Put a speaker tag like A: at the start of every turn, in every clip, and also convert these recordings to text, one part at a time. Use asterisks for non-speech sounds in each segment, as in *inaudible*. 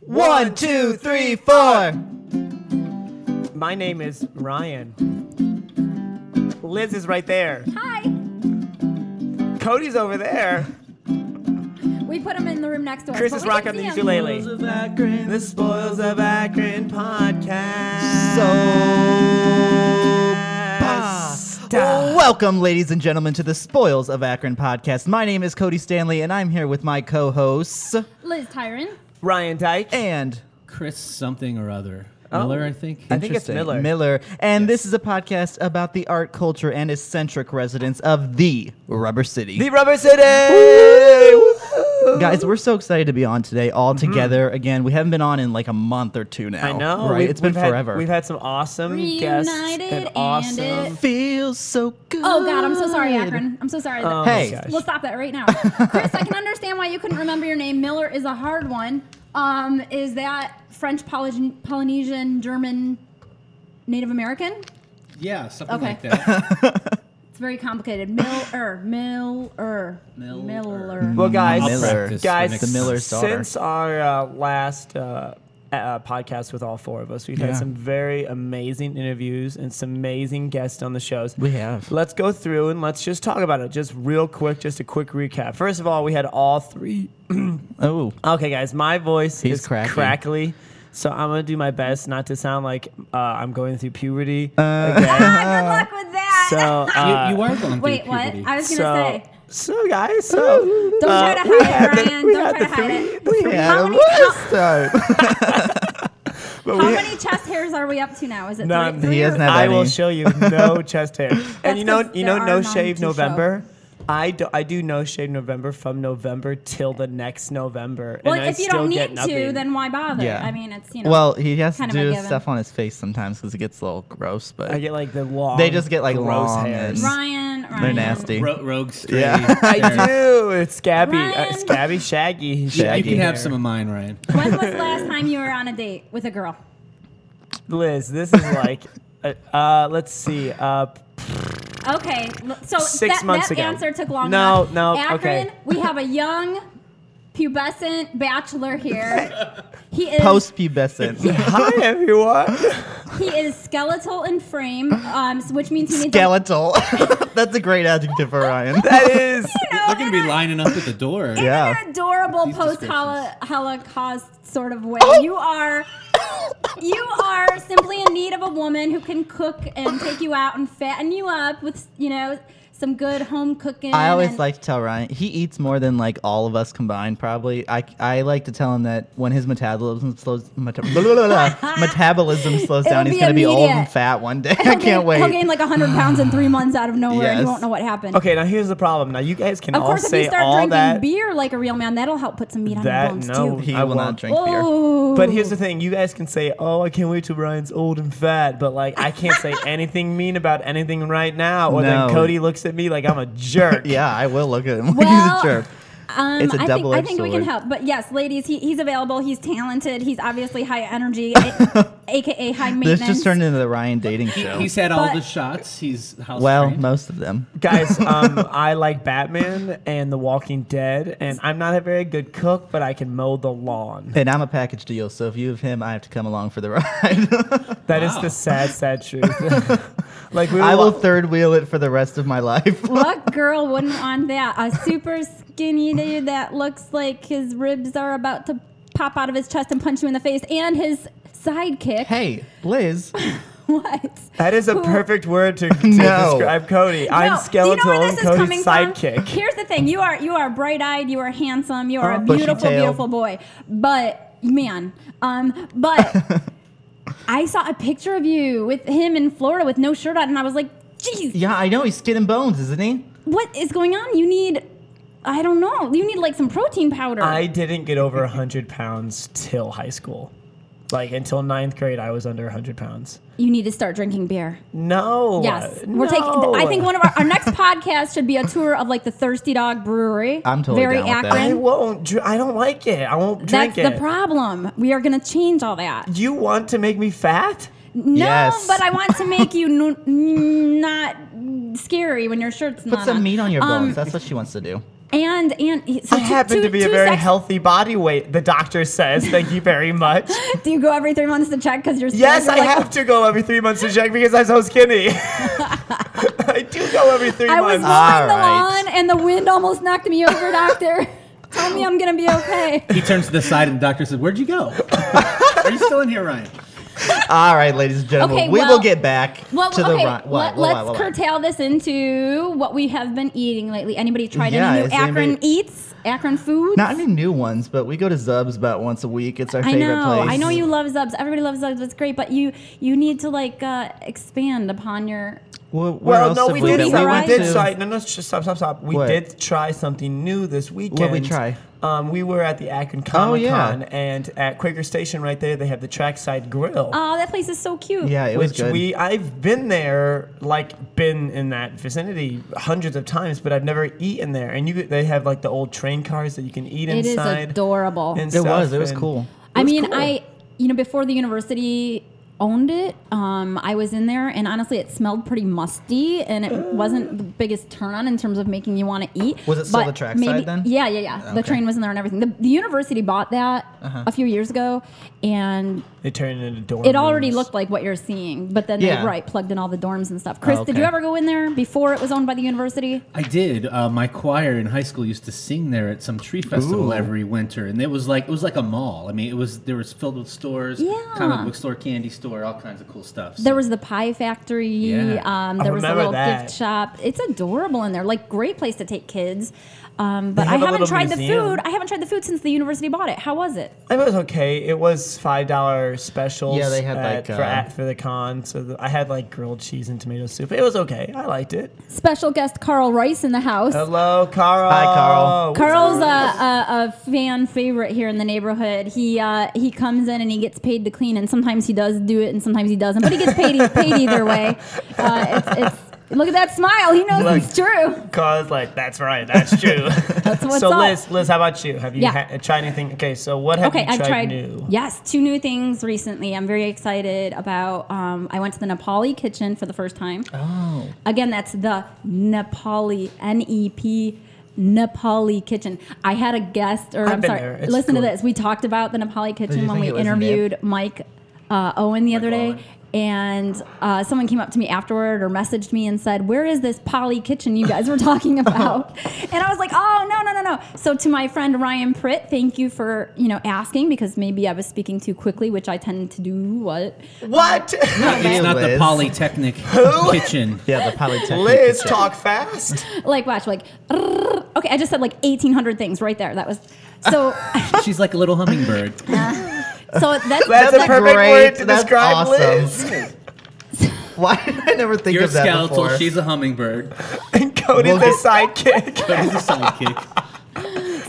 A: One, two, three, four. My name is Ryan. Liz is right there.
B: Hi.
A: Cody's over there.
B: We put him in the room next door.
A: Chris
B: but
A: is
B: we can
A: rocking the
B: see him.
A: ukulele.
C: Spoils of Akron,
A: The Spoils of Akron podcast.
D: Welcome, ladies and gentlemen, to the Spoils of Akron podcast. My name is Cody Stanley, and I'm here with my co hosts
B: Liz Tyron.
A: Ryan Dyke.
D: and
C: Chris something or other. Miller, I think.
A: Oh. I think it's
D: Interesting,
A: Miller.
D: Miller. And this is a podcast about the art, culture, and eccentric residents of the Rubber City.
A: The Rubber City.
D: Guys, we're so excited to be on today all together again. We haven't been on in like a month or two now.
A: Mm-hmm. I know.
D: Right?
A: we've-
D: it's been
A: we've had-
D: forever.
A: we've had some awesome guests
B: Reunited
A: and
B: and
A: awesome.
B: it-
D: Feels so good.
B: Oh God, I'm so sorry, Akron. I'm so sorry.
A: Oh,
D: Hey.
A: gosh.
B: We'll stop that right now. Chris, I can understand why you couldn't remember your name. Miller is a hard one. Um, is that French, Poly- Polynesian, German, Native American?
C: Yeah, something
B: Okay.
C: like that.
B: It's very complicated. Miller, Miller,
C: Miller.
B: Miller.
A: Well, guys,
C: I'll practice
A: guys,
C: for next
D: the Mm, Miller's
C: time.
D: daughter.
A: since our uh, last uh, uh, podcast with all four of us, we've had
D: Yeah.
A: some very amazing interviews and some amazing guests on the shows.
D: We have.
A: Let's go through and let's just talk about it, just real quick, just a quick recap. First of all, we had all three.
D: Oh,
A: Okay, guys, my voice
D: He's
A: is
D: cracking.
A: crackly. So I'm gonna do my best not to sound like uh, I'm going through
B: *laughs*
A: puberty.
B: Ah, good luck with that.
A: So uh, *laughs*
C: you, you are going
B: Wait,
C: through
B: what?
C: puberty.
B: I was
A: so
B: gonna say.
A: so guys, so uh,
B: Don't try to
A: we
B: hide it,
A: had the- *laughs*
B: Ryan.
A: we
B: Don't
A: had
B: try
A: the
B: to hide
A: three-
B: it.
A: we
D: we
A: had-
D: had
B: How
D: him
B: many-
D: last time.
A: but we
B: How
A: had-
B: many chest hairs are we up to now? Is it
A: None.
B: three?
A: He
B: three
D: has
B: or-
D: not- have
A: I will
D: any.
A: show you
B: *laughs*
A: no chest hair. and you know,
B: 'cause
A: you
B: there
A: know,
B: are
A: no
B: none
A: shave
B: to show.
A: November. I do, I do no shave November from November till the next November.
B: Well,
A: and I
B: if you
A: still
B: don't
A: get
B: need to,
A: nothing.
B: then why bother?
D: Yeah.
B: I mean, it's *laughs* you
D: *laughs*
B: know.
D: well, he has to
B: Kind of a
D: do
B: given.
D: stuff on his face sometimes because it gets a little gross, but
A: I get like the long.
D: They just get, like,
A: gross
D: long and-
A: hairs.
B: Ryan, Ryan.
D: they're nasty.
C: Ro- rogue straight.
D: Yeah.
A: *laughs* I do. It's scabby, uh,
B: Ryan.
A: scabby, shaggy.
C: You
A: shaggy
C: can have
A: hair.
C: some of mine, Ryan.
A: *laughs*
B: When was the last time you were on a date with a girl?
A: Liz, this is
C: *laughs*
A: like, uh, uh, let's see. Uh,
B: Okay, l- so
A: Six
B: that,
A: months
B: that
A: ago.
B: answer took long.
A: No,
B: enough.
A: no,
B: Akron,
A: okay.
B: we have a young, pubescent bachelor here.
A: *laughs*
B: He is
D: post *laughs* pubescent.
A: hi everyone.
B: he is skeletal in frame, um, so- which means he needs a *laughs*
D: Skeletal. *laughs* That's a great adjective for Ryan.
A: That is.
C: They're going to be lining up at
B: *laughs*
C: the door.
D: Yeah.
B: an adorable
C: These
B: post
C: descriptions.
B: Holocaust sort of way. You are you are simply in need of a woman who can cook and take you out and fatten you up with you know some good home cooking.
D: I always
B: and-
D: like to tell Ryan he eats more than like all of us combined. Probably, I, I like to tell him that when his metabolism slows meta- blah, blah, blah,
B: *laughs*
D: blah, metabolism slows
B: It'll
D: down, he's
B: be
D: gonna be old and
B: immediate.
D: fat one day. *laughs* I
B: He'll
D: can't
B: gain- He'll
D: wait.
B: gain like 100 pounds in three months out of nowhere and
D: Yes.
B: you won't know what happened.
A: Okay, now here's the problem. Now you guys can
B: Of
A: all
B: course, if you
A: say
B: start
A: all
B: drinking
A: that.
B: beer like a real man, that'll help put some meat on
A: That-
B: your bones
A: no.
B: too.
D: He
A: I
D: will not
A: won't.
D: drink beer.
B: Oh.
A: But here's the thing: you guys can say, "Oh, I can't wait till Brian's old and fat," but like I can't
B: *laughs*
A: say anything mean about anything right now. Or then
D: No.
A: Cody looks at me like I'm a
B: *laughs*
A: jerk.
D: Yeah, I will look at him. *laughs*
B: Well,
D: he's a jerk.
B: Um,
D: It's a
B: I think, I
D: double-edged
B: think we can
D: sword.
B: help. But yes, ladies, he, he's available. He's talented. He's obviously high energy, a, aka high maintenance.
D: This just turned into the Ryan dating show.
C: He's had all
B: But-
C: the shots. He's house
D: well,
C: trained.
D: most of them.
B: *laughs*
A: guys, um, I like Batman and The Walking Dead, and I'm not a very good cook, but I can mow the lawn.
D: And I'm a package deal, so if you have him, I have to come along for the *laughs* ride.
A: That is
C: Wow.
A: the sad, sad truth.
B: *laughs*
A: like we were
D: I will
A: wa-
D: *laughs* third wheel it for the rest of my life. *laughs*
B: what girl wouldn't want that? A super skinny dude that looks like his ribs are about to pop out of his chest and punch you in the face, and his sidekick.
D: Hey, Liz.
B: *laughs* What?
A: that
B: *laughs*
A: is a
B: Who-
A: perfect word to, to
D: No.
A: describe Cody. I'm
B: No,
A: skeletal
B: do you know where
A: and
B: this is
A: Cody's
B: coming From?
A: sidekick.
B: Here's the thing: you are you are bright eyed, you are handsome, you are
D: Oh,
B: a
D: bushy
B: beautiful,
D: tail.
B: beautiful boy. But man, um,
A: *laughs*
B: but I saw a picture of you with him in Florida with no shirt on, and I was like, "Jeez,
D: Yeah, I know he's skin and bones, isn't he?
B: what is going on? You need, I don't know, you need like some protein powder."
A: I didn't get over 100 pounds till high school. Like until ninth grade, I was under 100 pounds.
B: you need to start drinking beer.
A: No.
B: Yes, we're taking.
A: no.
B: I think one of our, our next podcast should be a tour of like the Thirsty Dog Brewery.
D: I'm totally
B: very
D: down with that.
B: Akron.
A: I won't. Dr- I don't like it. I won't drink
B: That's
A: it.
B: the problem. We are going to change all that.
A: You want to make me fat?
B: No,
D: Yes.
B: but I want to make you n- n- not scary when your shirt's
D: Put
B: not
D: some
B: on.
D: meat on your
B: Um,
D: bones. That's what she wants to do.
B: And and so
A: I
B: two-
A: happen
B: two-
A: to be a
B: two
A: very
B: sex-
A: healthy body weight, the doctor says. Thank you
B: *laughs*
A: very much.
B: Do you go every three months to check because you're? scared?
A: yes,
B: You're
A: I
B: like,
A: have to go every three months to check because I'm so skinny. *laughs* I do go every three
B: I was
A: months.
B: mowing the
D: Alright.
B: lawn and the wind almost knocked me over, doctor. *laughs* Tell me I'm gonna be okay.
C: He turns to the side, and the doctor says, "Where'd
A: *laughs*
C: you go? Are you still in here, Ryan?"
D: All right, ladies and gentlemen,
B: Okay,
D: we
B: well-
D: will get back
B: Well,
D: to the
B: okay,
D: ri- what,
B: let,
D: what,
B: us
D: what, what?
B: curtail this into what we have been eating lately. Anybody tried
D: Yeah,
B: any new
D: is
B: Akron
D: anybody-
B: eats? Akron food?
D: Not any new ones, but we go to Zub's about once a week. It's our
B: I
D: favorite
B: know,
D: place.
B: I know you love Zubs. Everybody loves Zubs. It's great, but you you need to like uh, expand upon your.
D: Well, where
A: Well,
D: else
A: no,
D: have
A: we
B: we
A: did.
D: been?
B: try-
A: We,
B: we
A: we
B: went
A: did
B: to-
A: try. No, no, sh- stop, stop, stop. We
D: What?
A: did try something new this weekend.
D: try?
A: Um, we were at the Akron
D: Oh,
A: Comic
D: yeah.
A: Con, and at Quaker Station right there, they have the Trackside Grill.
B: Oh, that place is so cute.
D: Yeah, it was
A: which
D: good.
A: we I've been there, like been in that vicinity hundreds of times, but I've never eaten there. And you, they have like the old train cars that you can eat
B: it is
A: inside.
B: adorable.
A: and
D: it was.
A: stuff,
D: It was
A: and-
D: cool.
B: I
A: was
B: mean,
A: cool.
B: I you know before the university owned it, um, I was in there, and honestly, it smelled pretty musty, and it wasn't the biggest turn on in terms of making you want to eat.
D: Was it still
B: But
D: the trackside then?
B: Yeah, yeah, yeah. The
D: Okay. Uh-huh.
B: train was in there and everything. The, the university bought that a few years ago, and
A: They turned it into dorm.
B: it already
A: rooms.
B: looked like what you're seeing. But then
D: Yeah. Oh,
B: they right plugged in all the dorms and stuff. Chris, did
D: okay.
B: you ever go in there before it was owned by the university?
C: I did. Uh, my choir in high school used to sing there at some tree festival
D: Ooh.
C: every winter, and it was like it was like a mall. I mean, it was there was filled with stores,
B: Yeah.
C: comic book store, candy store, all kinds of cool stuff. So-
B: There was the pie factory.
C: Yeah.
B: Um,
A: I
B: there was a
A: remember
B: little
A: that.
B: gift shop. It's adorable in there. Like great place to take kids. Um, but
A: They
B: I
A: have a
B: haven't
A: little
B: tried
A: museum.
B: the food. I haven't tried the food since the university bought it. How was it?
A: It was okay. It was five dollar specials.
D: Yeah, they had,
A: at-
D: like,
A: for
D: uh,
A: at, for the con. So the, I had like grilled cheese and tomato soup. It was okay. I liked it.
B: Special guest Carl Rice in the house.
A: Hello, Carl.
D: Hi, Carl.
A: What's
B: Carl's a, a, a fan favorite here in the neighborhood. He uh, he comes in and he gets paid to clean, and sometimes he does do it, and sometimes he doesn't. But he gets paid. he's paid either way. Uh, it's, it's, look at that smile. He knows
A: Look.
B: it's true.
A: Carl's like, that's right,
D: *laughs*
A: that's true.
B: That's what's
A: so
B: up.
A: Liz, Liz, how about you? Have you
B: Yeah.
A: ha- tried anything? Okay, so what have
B: okay,
A: you tried,
B: I've tried
A: new?
B: yes, two new things recently. I'm very excited about. Um, I went to the Nepali kitchen for the first time.
D: Oh,
B: Again, that's the Nepali N E P Nepali kitchen. I had a guest, or
A: I've
B: i
A: been
B: am sorry.
A: there. It's
B: Listen to
A: good.
B: this. We talked about the Nepali kitchen
D: you
B: when
D: think
B: we
D: it was
B: interviewed Mike uh, Owen the other day.
C: Owen.
B: And uh, someone came up to me afterward or messaged me and said, Where is this Polly kitchen you guys
D: *laughs*
B: were talking about? and I was like, Oh, no, no, no, no. So, to my friend Ryan Pritt, thank you for you know asking because maybe I was speaking too quickly, which I tend to do. What?
A: What?
C: It's not the
D: Liz. *laughs*
C: Polytechnic kitchen.
D: yeah, the polytechnic.
A: *laughs* Liz,
D: kitchen. *laughs*
A: talk fast.
B: like watch like okay i just said like 1800 things right there that was
D: *laughs*
B: so
C: She's like a little hummingbird.
B: so that's,
A: That's a
B: that's
A: perfect
D: Great,
A: word to
D: that's
A: describe
D: awesome.
A: Liz. *laughs*
D: Why did I never think
C: You're
D: of that
C: skeletal.
D: before?
C: She's a hummingbird.
A: And Cody's
D: We'll
A: the
D: get-
A: sidekick.
C: But he's a
D: *laughs*
C: sidekick,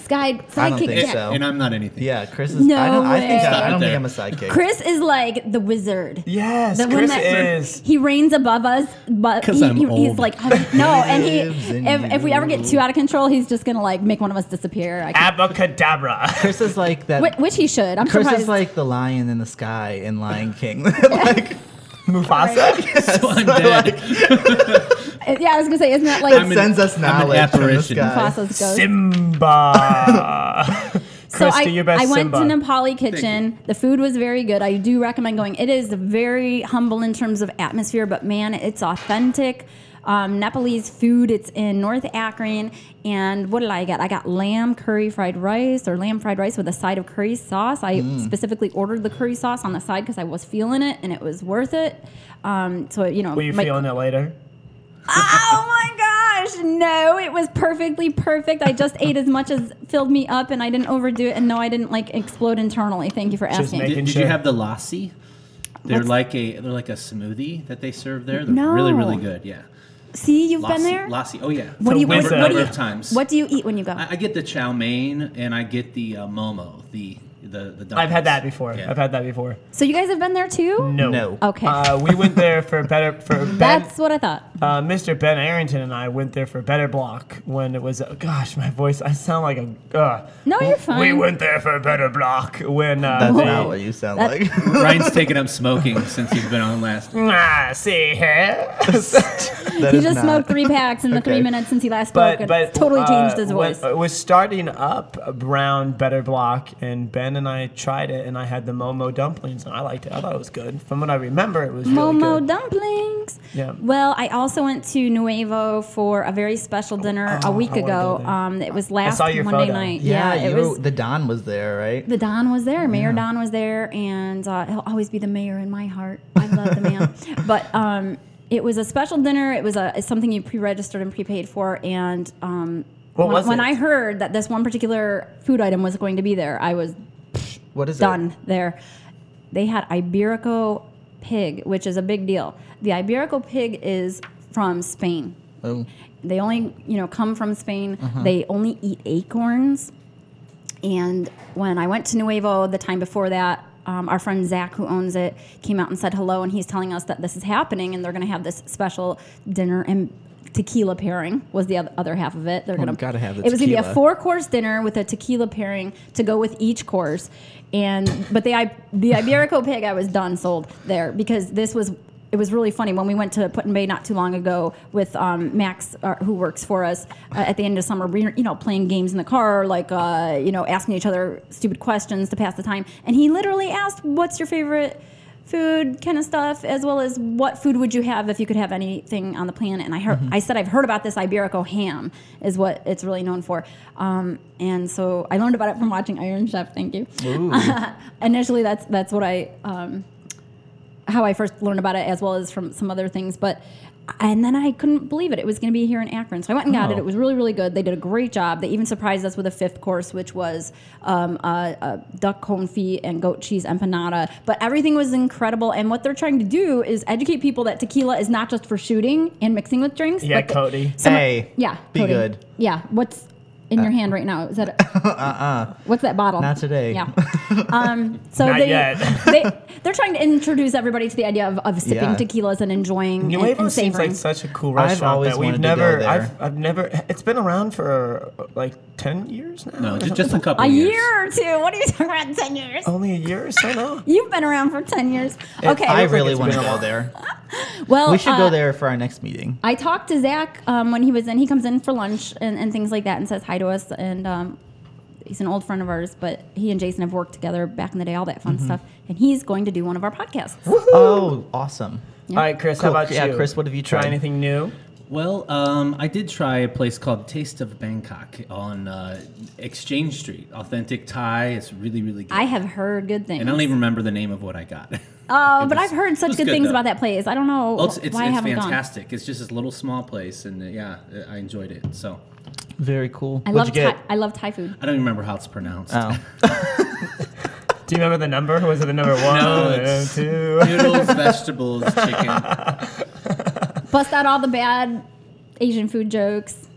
B: sky
D: I don't
B: sidekick
D: think
B: cat.
D: so.
C: and I'm not anything.
D: yeah, Chris is.
B: No
D: I don't, I think,
B: way.
D: I don't
C: Stop it
D: think I'm a sidekick.
B: chris is like the wizard
A: Yes,
B: the
A: Chris is.
B: he reigns above us, but
C: 'Cause
B: he,
C: I'm
B: he- he's
C: old.
B: like *laughs* no, and he
D: Lives in
B: if, if we ever get
D: you.
B: too out of control, he's just gonna like make one of us disappear. I can't, *laughs*
A: Abacadabra.
D: Chris is like that.
B: Whi- which he should. I'm
D: Chris
B: surprised.
D: is like the lion in the sky in Lion King. *laughs* like,
A: Mufasa.
C: *laughs*
D: *laughs*
C: So I'm dead.
B: yeah, I was gonna say, isn't that
D: that
B: like
C: an-
D: sends us
C: I'm an
D: knowledge from the
C: apparition.
D: sky.
B: Mufasa ghost?
A: Simba. Chris,
B: *laughs* so I,
A: do your best
B: I went
A: Simba.
B: to Nepali Kitchen. The food was very good. I do recommend going. It is very humble in terms of atmosphere, but man, it's authentic. Um, Nepalese food. It's in North Akron. And what did I get? I got lamb curry fried rice or lamb fried rice with a side of curry sauce. I specifically ordered the curry sauce on the side because I was feeling it and it was worth it. Um, so, you know,
A: Were you
B: my-
A: feeling it later?
B: oh my gosh no it was perfectly perfect i just ate as much as filled me up and i didn't overdo it and no i didn't like explode internally thank you for asking
A: make-
C: Did,
A: Making
C: did
A: sure.
C: you have the lassi? They're
B: What's-
C: like a they're like a smoothie that they serve there. They're really really
B: No.
C: good. Yeah.
B: see you've been
C: Lassi-
B: there
C: Lassi. Oh yeah.
B: what do you what,
A: Windsor.
B: what do
C: Number
B: you
C: of times.
A: Uh,
B: what do you eat when you go
C: I, I get the chow mein and I get the uh, momo, the The the.
A: I've had
C: dumplings.
A: that before.
C: Yeah.
A: I've had that before.
B: So you guys have been there too?
A: No.
D: No.
B: Okay.
A: mm, Uh, we went there for better
B: *laughs*
A: for ben,
B: That's what I thought.
A: uh, Mr. Ben Arrington and I went there for Better Block when it was. Oh, gosh, my voice. I sound like a. Uh,
B: No, you're fine.
A: We went there for Better Block when. Uh,
D: That's
A: they-
D: not what you sound
B: That-
D: like. *laughs*
C: Ryan's taken up smoking since you've been on
B: *laughs*
A: *laughs*
C: last.
A: Ah, see here. *laughs*
D: That
B: he
D: is
B: just
D: not-
B: smoked three packs in the three
D: Okay.
B: minutes since he last spoke.
A: but
B: and
A: but
B: it's totally
A: uh,
B: changed his
A: when-
B: voice.
A: it was starting up around Better Block, and Ben and I tried it, and I had the Momo dumplings, and I liked it. I thought it was good. From what I remember, it was
B: Momo
A: really good.
B: Oh, dumplings.
A: Yeah.
B: Well, I also went to Nuevo for a very special dinner
A: Oh,
B: a week
A: I wanna go
B: ago.
A: there.
B: Um, it was last
A: saw your
B: Monday
A: photo.
B: night.
D: Yeah,
B: it
D: you
B: was.
D: were- the Don was there, right?
B: the Don was there. Mayor Don was there, and uh, he'll always be the mayor in my heart. I love the
A: *laughs*
B: man. But um, it was a special dinner. It was a it's something you pre-registered and prepaid for, and um,
A: What
B: when,
A: was
B: when
A: it?
B: I heard that this one particular food item was going to be there, I was
D: What is
B: done there. They had Iberico pig, which is a big deal. The Iberico pig is from Spain.
D: it? Oh,
B: They only, you know, come from Spain.
D: Mm-hmm.
B: They only eat acorns. And when I went to Nuevo the time before that, um, our friend Zach, who owns it, came out and said hello, and he's telling us that this is happening, and they're going to have this special dinner and tequila pairing was the oth- other half of it. They're going to
D: Oh, gotta have the
B: It was going to be a
D: tequila.
B: four course dinner with a tequila pairing to go with each course, and but the I- the Iberico pig I was done sold there because this was. It was really funny when we went to Put in Bay not too long ago with um, Max, uh, who works for us uh, at the end of summer. We, were, you know, playing games in the car, like uh, you know, asking each other stupid questions to pass the time. And he literally asked, "What's your favorite food kind of stuff, as well as what food would you have if you could have anything on the planet? And I heard, I said I've heard about this Iberico ham is what it's really known for, um, and so I learned about it from watching Iron Chef. Thank you. Initially, that's that's what I um, how I first learned about it, as well as from some other things, but. And then I couldn't believe it. It was going to be here in Akron, so I went and got it.
D: Oh.
B: It was really, really good. They did a great job. They even surprised us with a fifth course, which was um, a, a duck confit and goat cheese empanada. But everything was incredible. And what they're trying to do is educate people that tequila is not just for shooting and mixing with drinks.
A: Yeah,
B: but the-
A: Cody.
D: Hey,
B: yeah,
D: be
B: Cody.
D: good. Uh,
B: Yeah, what's in your hand right now? Is that
D: *laughs*
B: uh uh What's that bottle?
D: Uh-uh. Not today. *laughs*
B: Yeah. Um, so
A: Not
B: they,
A: yet.
B: they they're trying to introduce everybody to the idea of, of sipping
D: Yeah.
B: tequilas and enjoying and-
A: Nuevo
B: and
A: seems
B: savoring.
A: like such a cool
D: I've
A: restaurant
D: always
A: that we've
D: wanted to go
A: never.
D: there.
A: I've, I've never. It's been around for uh, like ten years now. *laughs*
C: No,
A: or
C: just, just
A: something.
C: a couple
B: a
C: years.
B: year or two. What are you talking about? Ten years?
D: Oh.
A: only a year or so now.
B: You've been around for ten years. Okay.
D: I
A: looks like
D: really
A: it's
D: want to
A: been a
D: go
A: while.
D: there.
B: well,
D: We should
B: uh,
D: go there for our next meeting.
B: I talked to Zach um, when he was in. He comes in for lunch and, and things like that and says hi to us. And um, he's an old friend of ours, but he and Jason have worked together back in the day, all that fun
C: Mm-hmm.
B: stuff. And he's going to do one of our podcasts.
D: Oh, awesome.
A: All right, Um, Chris.
D: Cool.
A: How about
D: Yeah,
A: you?
D: Chris, what have you
A: Try
D: tried?
A: anything new?
C: Well, um, I did try a place called Taste of Bangkok on uh, Exchange Street. Authentic Thai. It's really, really good.
B: I have heard good things.
C: and I don't even remember the name of what I got. *laughs*
B: oh, but
C: was-
B: I've heard
C: it
B: such
C: was
B: good,
C: good,
B: things
C: though.
B: about that place. I don't know
C: well, it's
B: wh-
C: it's,
B: why I
C: it's
B: haven't
C: fantastic. It's just this little small place, and uh, yeah, I enjoyed it. So
D: Very cool.
B: gone. I
D: What'd
B: love
D: you get?
B: Thai, I love Thai food.
C: I don't even remember how it's pronounced.
D: Oh.
A: Do you remember the number? Was it
D: *laughs*
A: the number one?
C: No, it's-
A: two. *laughs*
C: Noodles, vegetables, chicken.
B: Bust out all the bad Asian food jokes.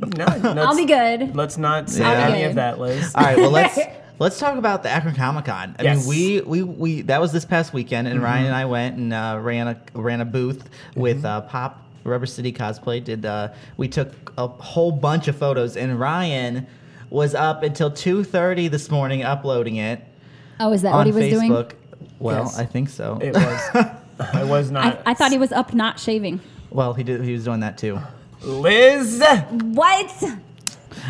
A: No,
B: I'll be good.
A: Let's not say
D: I'll
B: be
A: any
B: good.
A: of that, Liz.
D: All right, well let's
A: *laughs*
D: let's talk about the Akron Comic Con. I
A: Yes. Mm-hmm.
D: mean, we, we we that was this past weekend, and Ryan and I went and uh, ran a ran a booth with uh, Pop Rubber City Cosplay. Did uh, we took a whole bunch of photos, and Ryan was up until two thirty this morning uploading it
B: Oh, is that
D: on
B: what he was
D: Facebook.
B: doing?
D: Well,
A: Yes.
D: I think so. *laughs*
A: It was. I was
B: I,
C: Uh,
A: not.
B: I thought he was up not shaving.
D: well, he did. He was doing that too.
A: Liz,
B: What?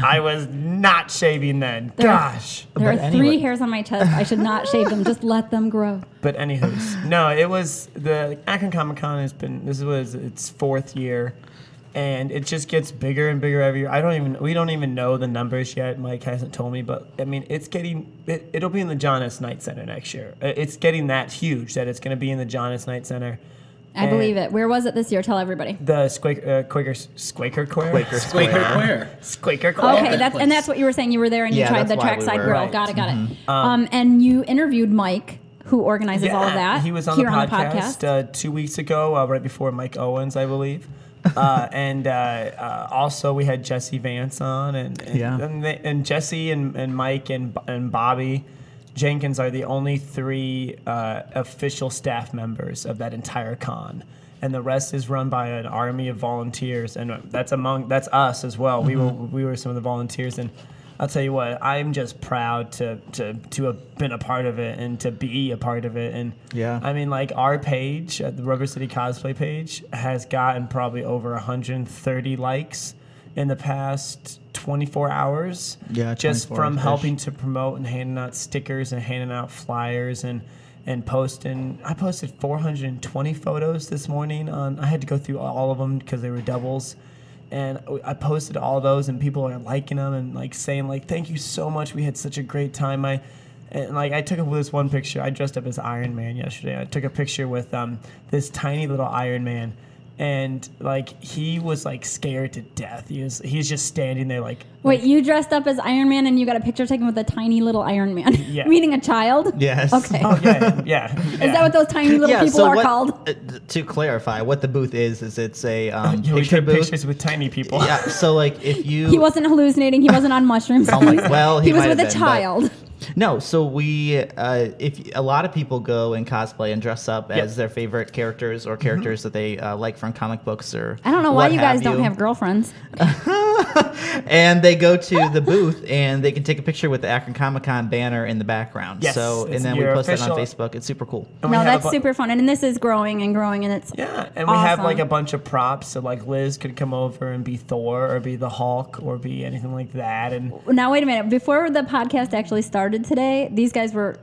A: I was not shaving then.
B: There-
A: Gosh.
B: There
D: But
B: are three
D: anyway.
B: hairs on my chest. I should not shave them. Just let them grow.
A: But anywho's, no, it was the Akron Comic Con has been this was its fourth year, and it just gets bigger and bigger every year. I don't even we don't even know the numbers yet. Mike hasn't told me, but I mean it's getting it, it'll be in the John S. Knight Center next year. I- It's getting that huge that it's going to be in the John S. Knight Center.
B: I believe it. Where was it this year? Tell everybody.
A: The Squaker uh, Quaker Squaker Square
D: Quaker
C: Wait,
D: Square.
C: where?
A: Squaker Square.
B: Okay,
C: that
B: that's
C: place.
B: and that's what you were saying. You were there and you
D: Yeah,
B: tried the
D: that's why we
B: trackside
D: were.
B: grill.
D: Right. Mm-hmm.
B: Got it, got it. Um, and you interviewed Mike, who organizes all of that.
A: He was on,
B: here
A: the,
B: on
A: podcast,
B: the podcast.
A: Uh, two weeks ago, uh, right before Mike Owens, I
D: *laughs*
A: believe. uh, and uh, uh, also we had Jesse Vance on, and and,
D: Yeah.
A: and, they- and Jesse and, and Mike and and Bobby Jenkins are the only three uh, official staff members of that entire con, and the rest is run by an army of volunteers, and that's among that's us as well. We
D: Mm-hmm.
A: were we were some of the volunteers, and I'll tell you what, I'm just proud to to to have been a part of it and to be a part of it, and
D: Yeah.
A: I mean like our page, uh, the Rubber City Cosplay page, has gotten probably over 130 likes in the past 24 hours
D: Yeah,
A: just
D: 24
A: from
D: -ish.
A: helping to promote and handing out stickers and handing out flyers and and posting i posted 420 photos this morning on i had to go through all of them because they were doubles and i posted all those and people are liking them and like saying like thank you so much we had such a great time i and like I took up this one picture. I dressed up as Iron Man yesterday. I took a picture with um, this tiny little Iron Man, and like he was like scared to death. He was he's just standing there
B: *laughs*
A: like
B: Wait, you dressed up as Iron Man and you got a picture taken with a tiny little Iron Man, *laughs*
A: Yeah.
B: meaning a child.
D: Yes.
B: Okay.
A: oh yeah yeah.
B: Is that what those tiny little people are
D: what,
B: called?
D: uh, d- to clarify, what the booth is is it's a
A: *laughs*
D: um,
A: yeah, we
D: picture
A: took
D: booth.
A: pictures with tiny people.
D: Yeah, so like
B: *laughs*
D: if you
B: He wasn't hallucinating. He wasn't on mushrooms.
D: Oh
B: *laughs*
D: my- well, he
B: he was
D: might
B: with
D: have
B: a
D: been, but-
B: child.
D: No, so we uh, if a lot of people go and cosplay and dress up as their favorite characters or characters that they uh, like from comic books or
B: Mm-hmm. I don't know why
D: what
B: you guys don't
D: you.
B: have girlfriends.
D: and they go to
B: *laughs*
D: the booth and they can take a picture with the Akron Comic Con banner in the background.
A: Yes,
D: so and
A: it's
D: then we
A: your
D: post that on
A: official-
D: Facebook. It's super cool.
A: And we
B: No,
A: had a
B: that's
A: bu-
B: super fun, and this is growing and growing, and it's
A: *laughs* Yeah, and we have like
B: Awesome.
A: a bunch of props, so like Liz could come over and be Thor or be the Hulk or be anything like that. And
B: now wait a minute. Before the podcast actually started today, these guys were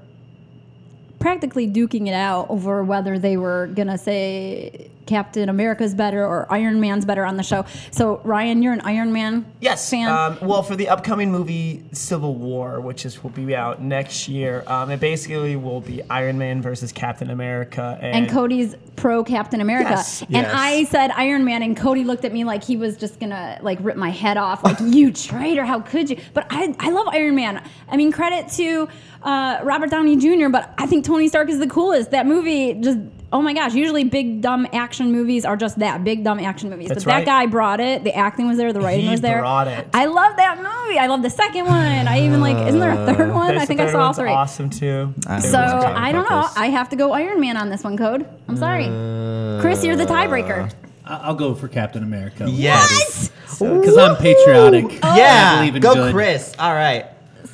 B: practically duking it out over whether they were gonna say Captain America's better or Iron Man's better on the show. So Ryan, you're an Iron Man
A: yes,
B: fan.
A: um, well, for the upcoming movie Civil War, which is will be out next year, um, it basically will be Iron Man versus Captain America and,
B: and Cody's pro Captain America.
A: Yes.
B: and
D: Yes.
B: I said Iron Man, and Cody looked at me like he was just gonna like rip my head off, like
A: *laughs*
B: you traitor, how could you? But I, I love Iron Man. I mean, credit to uh, Robert Downey Jr., but I think Tony Stark is the coolest. That movie just. Oh my gosh! Usually, big dumb action movies are just that big dumb action movies.
A: That's
B: but
A: right.
B: that guy brought it. The acting was there. The writing
A: He
B: was there.
A: brought it.
B: I love that movie. I love the second one. I even like. Isn't there a
A: *laughs*
B: third one?
A: There's
B: I
A: the
B: think I
A: third
B: saw all
A: one's
B: three.
A: Awesome too.
B: So I don't know. I have to go Iron Man on this one, Code. I'm sorry.
D: Uh,
B: Chris, you're the tiebreaker.
C: I- I'll go for Captain America.
D: Uh, Yes.
C: Because I'm patriotic.
B: Oh.
C: I
D: Yeah.
C: believe in
D: Go,
C: good.
D: Chris. All right.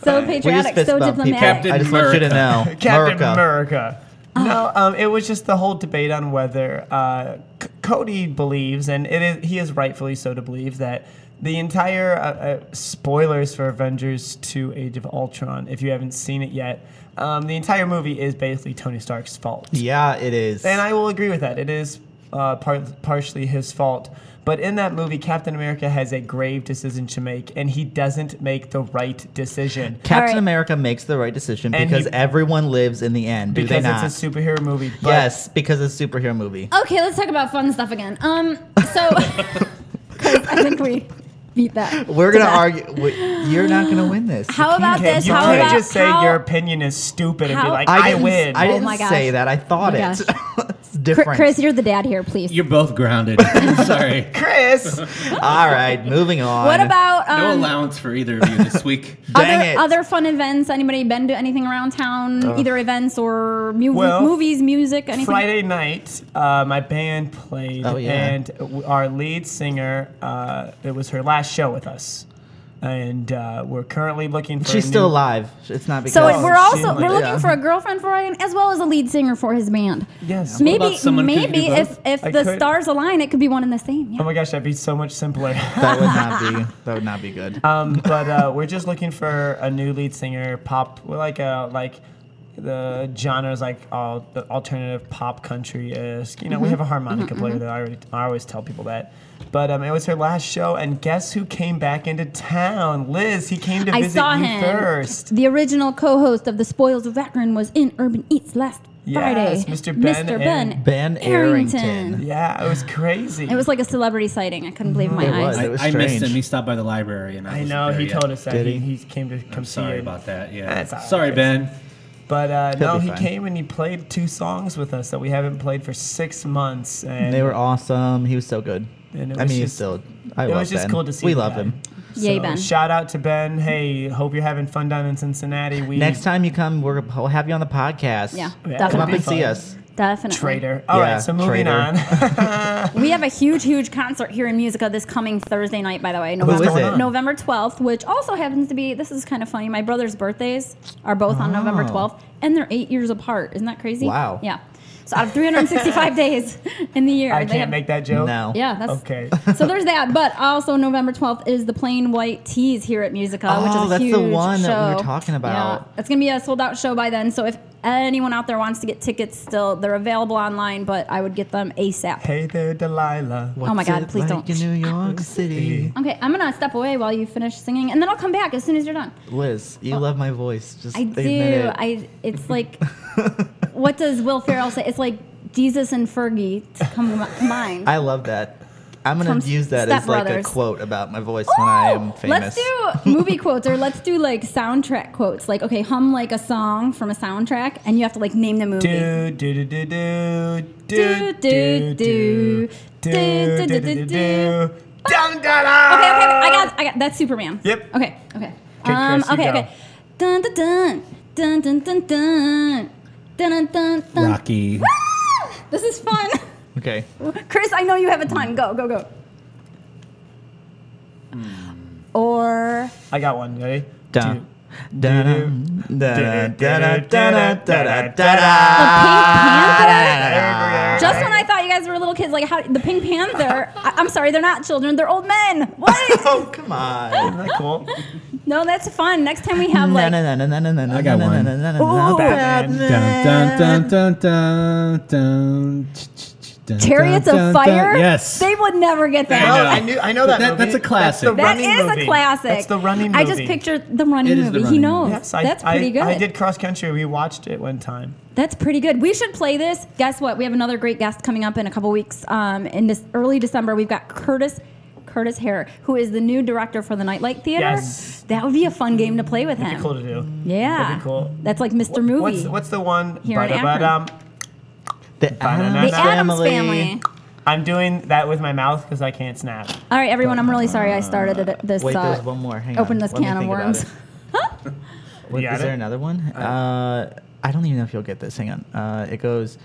B: So
D: We just
B: patriotic,
D: fist
B: so
D: bump people.
B: diplomatic.
D: I just want you to know,
C: *laughs*
A: Captain
D: America.
A: America. No, um, it was just the whole debate on whether uh, C- Cody believes, and it is, he is rightfully so to believe that the entire uh, uh, spoilers for Avengers 2: Age of Ultron, if you haven't seen it yet, um, the entire movie is basically Tony Stark's fault.
D: Yeah, it is.
A: And I will agree with that. It is uh, part, partially his fault. But in that movie, Captain America has a grave decision to make, and he doesn't make the right decision.
D: Captain
B: All right.
D: America makes the right decision
A: And
D: because
A: he-
D: everyone lives in the end. Do they
A: Because
D: not?
A: it's a superhero movie. But
D: yes, because it's a superhero movie.
B: Okay, let's talk about fun stuff again. Um, so 'cause I think we beat Uh, that.
D: We're
B: to
D: gonna
B: death.
D: argue. wait, You're not gonna win this. You
B: How
D: can't.
B: about
A: Kim,
B: this?
A: you
B: how
A: can't
B: about
A: just say
B: how-
A: your opinion is stupid and be
B: how-
A: like,
D: I
A: I,
D: didn't,
A: win.
D: I
B: Oh
D: didn't
B: my gosh.
D: say that. I thought
B: Oh my
D: it.
B: gosh.
D: *laughs* it's
B: Cr-
D: different.
B: Chris, you're the dad here, please.
C: You're both grounded.
B: *laughs*
C: I'm sorry.
A: Chris,
D: *laughs* All right, moving on.
B: what about
C: No
B: um,
C: allowance for either of you this
B: *laughs*
C: week.
D: Dang
B: other
D: it.
B: other fun events? Anybody been to anything around town? Either events or mu-
A: Well,
B: movies, music, anything?
A: Friday night, uh, my band played,
D: Oh, yeah.
A: and w- our lead singer, uh, it was her last show with us. And uh, we're currently looking for. a
D: She's still
A: new-
D: alive. It's not because.
B: So
A: Oh,
B: we're
A: shit,
B: also
A: like
B: we're looking
D: that.
B: for a girlfriend for Ryan as well as a lead singer for his band.
A: Yes.
C: about
B: Maybe
C: someone who could
B: maybe
C: do
B: if
C: both?
B: if
A: I
B: the
A: could-
B: stars align, it could be one and the same.
A: Oh
B: Yeah.
A: my gosh, that'd be so much simpler. *laughs*
D: that would not
B: *laughs*
D: be. That would not be good.
A: um, but uh, we're just looking for a new lead singer, pop, well, like a like the genres like all the alternative pop country is. You know,
B: Mm-hmm.
A: we have a harmonica player that I, already, I always tell people that. But um, it was her last show, and guess who came back into town? Liz. He came to
B: I
A: visit
B: saw
A: you
B: him.
A: first.
B: The original co-host of the Spoils of Akron was in Urban Eats last
A: Yes,
B: Friday.
A: Mr. Ben
B: Mr.
A: and-
D: Ben Arrington.
A: Yeah, it was crazy.
B: It was like a celebrity sighting. I couldn't believe my
A: Mm-hmm.
D: It was.
B: eyes.
C: I,
D: was
C: I missed
D: strange.
C: him. He stopped by the library, and I,
A: I
C: wasn't
A: know
C: there
A: he
C: yet.
A: told us that
D: Did
A: he,
D: he?
A: he came to come
C: I'm
A: see
C: sorry
A: you.
C: about that. Yeah.
A: That's all right.
C: sorry, Ben.
A: But uh, no,
D: be
A: he
D: fine.
A: came and he played two songs with us that we haven't played for six months. And
D: They were awesome. He was so good.
A: And it
D: I
A: was
D: mean, he's
A: just-
D: still. I
A: it
D: love
A: was just
D: Ben.
A: cool to see
D: We
A: the
D: love
A: guy.
D: him.
B: Yay,
A: So,
B: Ben.
A: Shout out to Ben. Hey, hope you're having fun down in Cincinnati. We
D: Next time you come, we're, we'll have you on the podcast.
B: Yeah,
A: Yeah,
B: definitely.
D: Come up and
A: That'd be
D: see
A: fun.
D: us.
B: Definitely.
A: Traitor. All right,
D: Yeah,
A: so moving
D: traitor.
B: *laughs*
A: on.
B: We have a huge, huge concert here in Musica this coming Thursday night, by the way.
D: Who
B: November,
D: Oh, is it?
B: November 12th, which also happens to be, this is kind of funny, my brother's birthdays are both on November
D: Oh.
B: 12th, and they're eight years apart. Isn't that crazy?
D: Wow.
B: Yeah. So out of
D: *laughs*
B: 365 days in the year.
A: I
B: they
A: can't
B: have-
A: make that joke.
D: No.
B: Yeah, that's
A: Okay.
B: So there's that, but also November 12th is the Plain White Tees here at Musica, which is
D: Oh,
B: a
D: that's the
B: huge
D: one
B: show.
D: that we were talking about.
B: Yeah, it's gonna be a sold out show by then. So if anyone out there wants to get tickets, still they're available online, but I would get them ASAP.
A: Hey there, Delilah.
B: Oh my
D: What's
B: God,
D: it
B: please
D: like
B: don't.
D: In New
B: *laughs*
D: York City.
B: Okay, I'm gonna step away while you finish singing, and then I'll come back as soon as you're done.
D: Liz, you love my voice. Just
B: I do.
D: admit it.
B: I. It's like,
D: *laughs*
B: what does Will Ferrell say? It's like Jesus and Fergie to come *laughs* to mind.
D: I love that. I'm gonna
B: From
D: use that
B: Step
D: as like
B: Brothers.
D: a quote about my voice when I am
B: Ooh,
D: famous. *laughs*
B: Let's do movie quotes or let's do like soundtrack quotes. Like, okay, hum like a song from a soundtrack, and you have to like name the movie.
A: Do do do do do
B: Do, do, do. Do, do, do, do, do.
A: Dum
B: Okay, okay,
C: Uh,
B: okay, I got, I got. That's Superman.
A: Yep.
B: Okay, okay. Um,
A: Okay, Chris, you
B: okay,
A: go.
B: okay. Dun dun dun dun dun dun dun dun dun dun. dun.
C: Rocky.
B: *laughs* This is fun.
D: Okay.
B: Chris, I know you have a ton. Go, go, go.
C: Hmm.
B: Or
A: I got one. Ready?
D: Dun.
A: Do-do.
D: Dun-dun, dun-dun, dun-dun, dun-dun,
B: the
D: dun-dun.
B: Pink Panther.
D: Ah.
A: Do.
B: Just when I thought you guys were little kids, like how the Pink
C: *laughs*
B: Panther. I, I'm sorry, they're not children; they're old men. What?
D: *laughs* Oh come on.
B: *laughs*
A: Isn't that cool?
B: no, that's fun. Next time we
C: *laughs*
B: have like
C: I got one.
A: Ooh.
C: Dun, dun, dun, dun, dun, dun, ch- ch- ch- dun,
B: chariots
C: dun,
B: of
C: dun,
B: fire.
C: dun. Yes.
B: they would never get
A: I know,
B: that.
A: I knew. I know that.
C: That-
A: movie.
C: that's a
A: That's the
C: classic.
B: That
A: running
B: is
A: movie.
B: a classic.
A: That's the running movie.
B: I just pictured the running
C: It is the
B: movie. he
C: running
B: knows.
C: movie.
A: Yes, I,
B: that's pretty
A: I,
B: good.
A: I did cross country. We watched it one time.
B: That's pretty good. We should play this. Guess what? We have another great guest coming up in a couple weeks. Um, in this early December, we've got Curtis Curtis Hare, who is the new director for the Nightlight Theater.
A: Yes.
B: That would be a fun game to play with him.
A: Be cool to do.
B: Yeah.
A: That'd be cool.
B: That's like Mr. Movie.
A: What's what's the one?
B: Here in
A: Ba-da-ba-dum.
D: The
B: the
A: Adams
D: Adams
B: Adams
D: family.
B: family.
A: I'm doing that with my mouth because I can't snap.
B: All right, everyone. I'm really sorry I started it, this.
D: Wait,
B: uh,
D: there's one more. Hang on.
B: Open this
D: Let me
B: can of
D: think about
B: worms.
D: it. What-
A: You got
D: Is there
A: it?
D: another one? Uh, I don't even know if you'll get this. Hang on. Uh, it goes.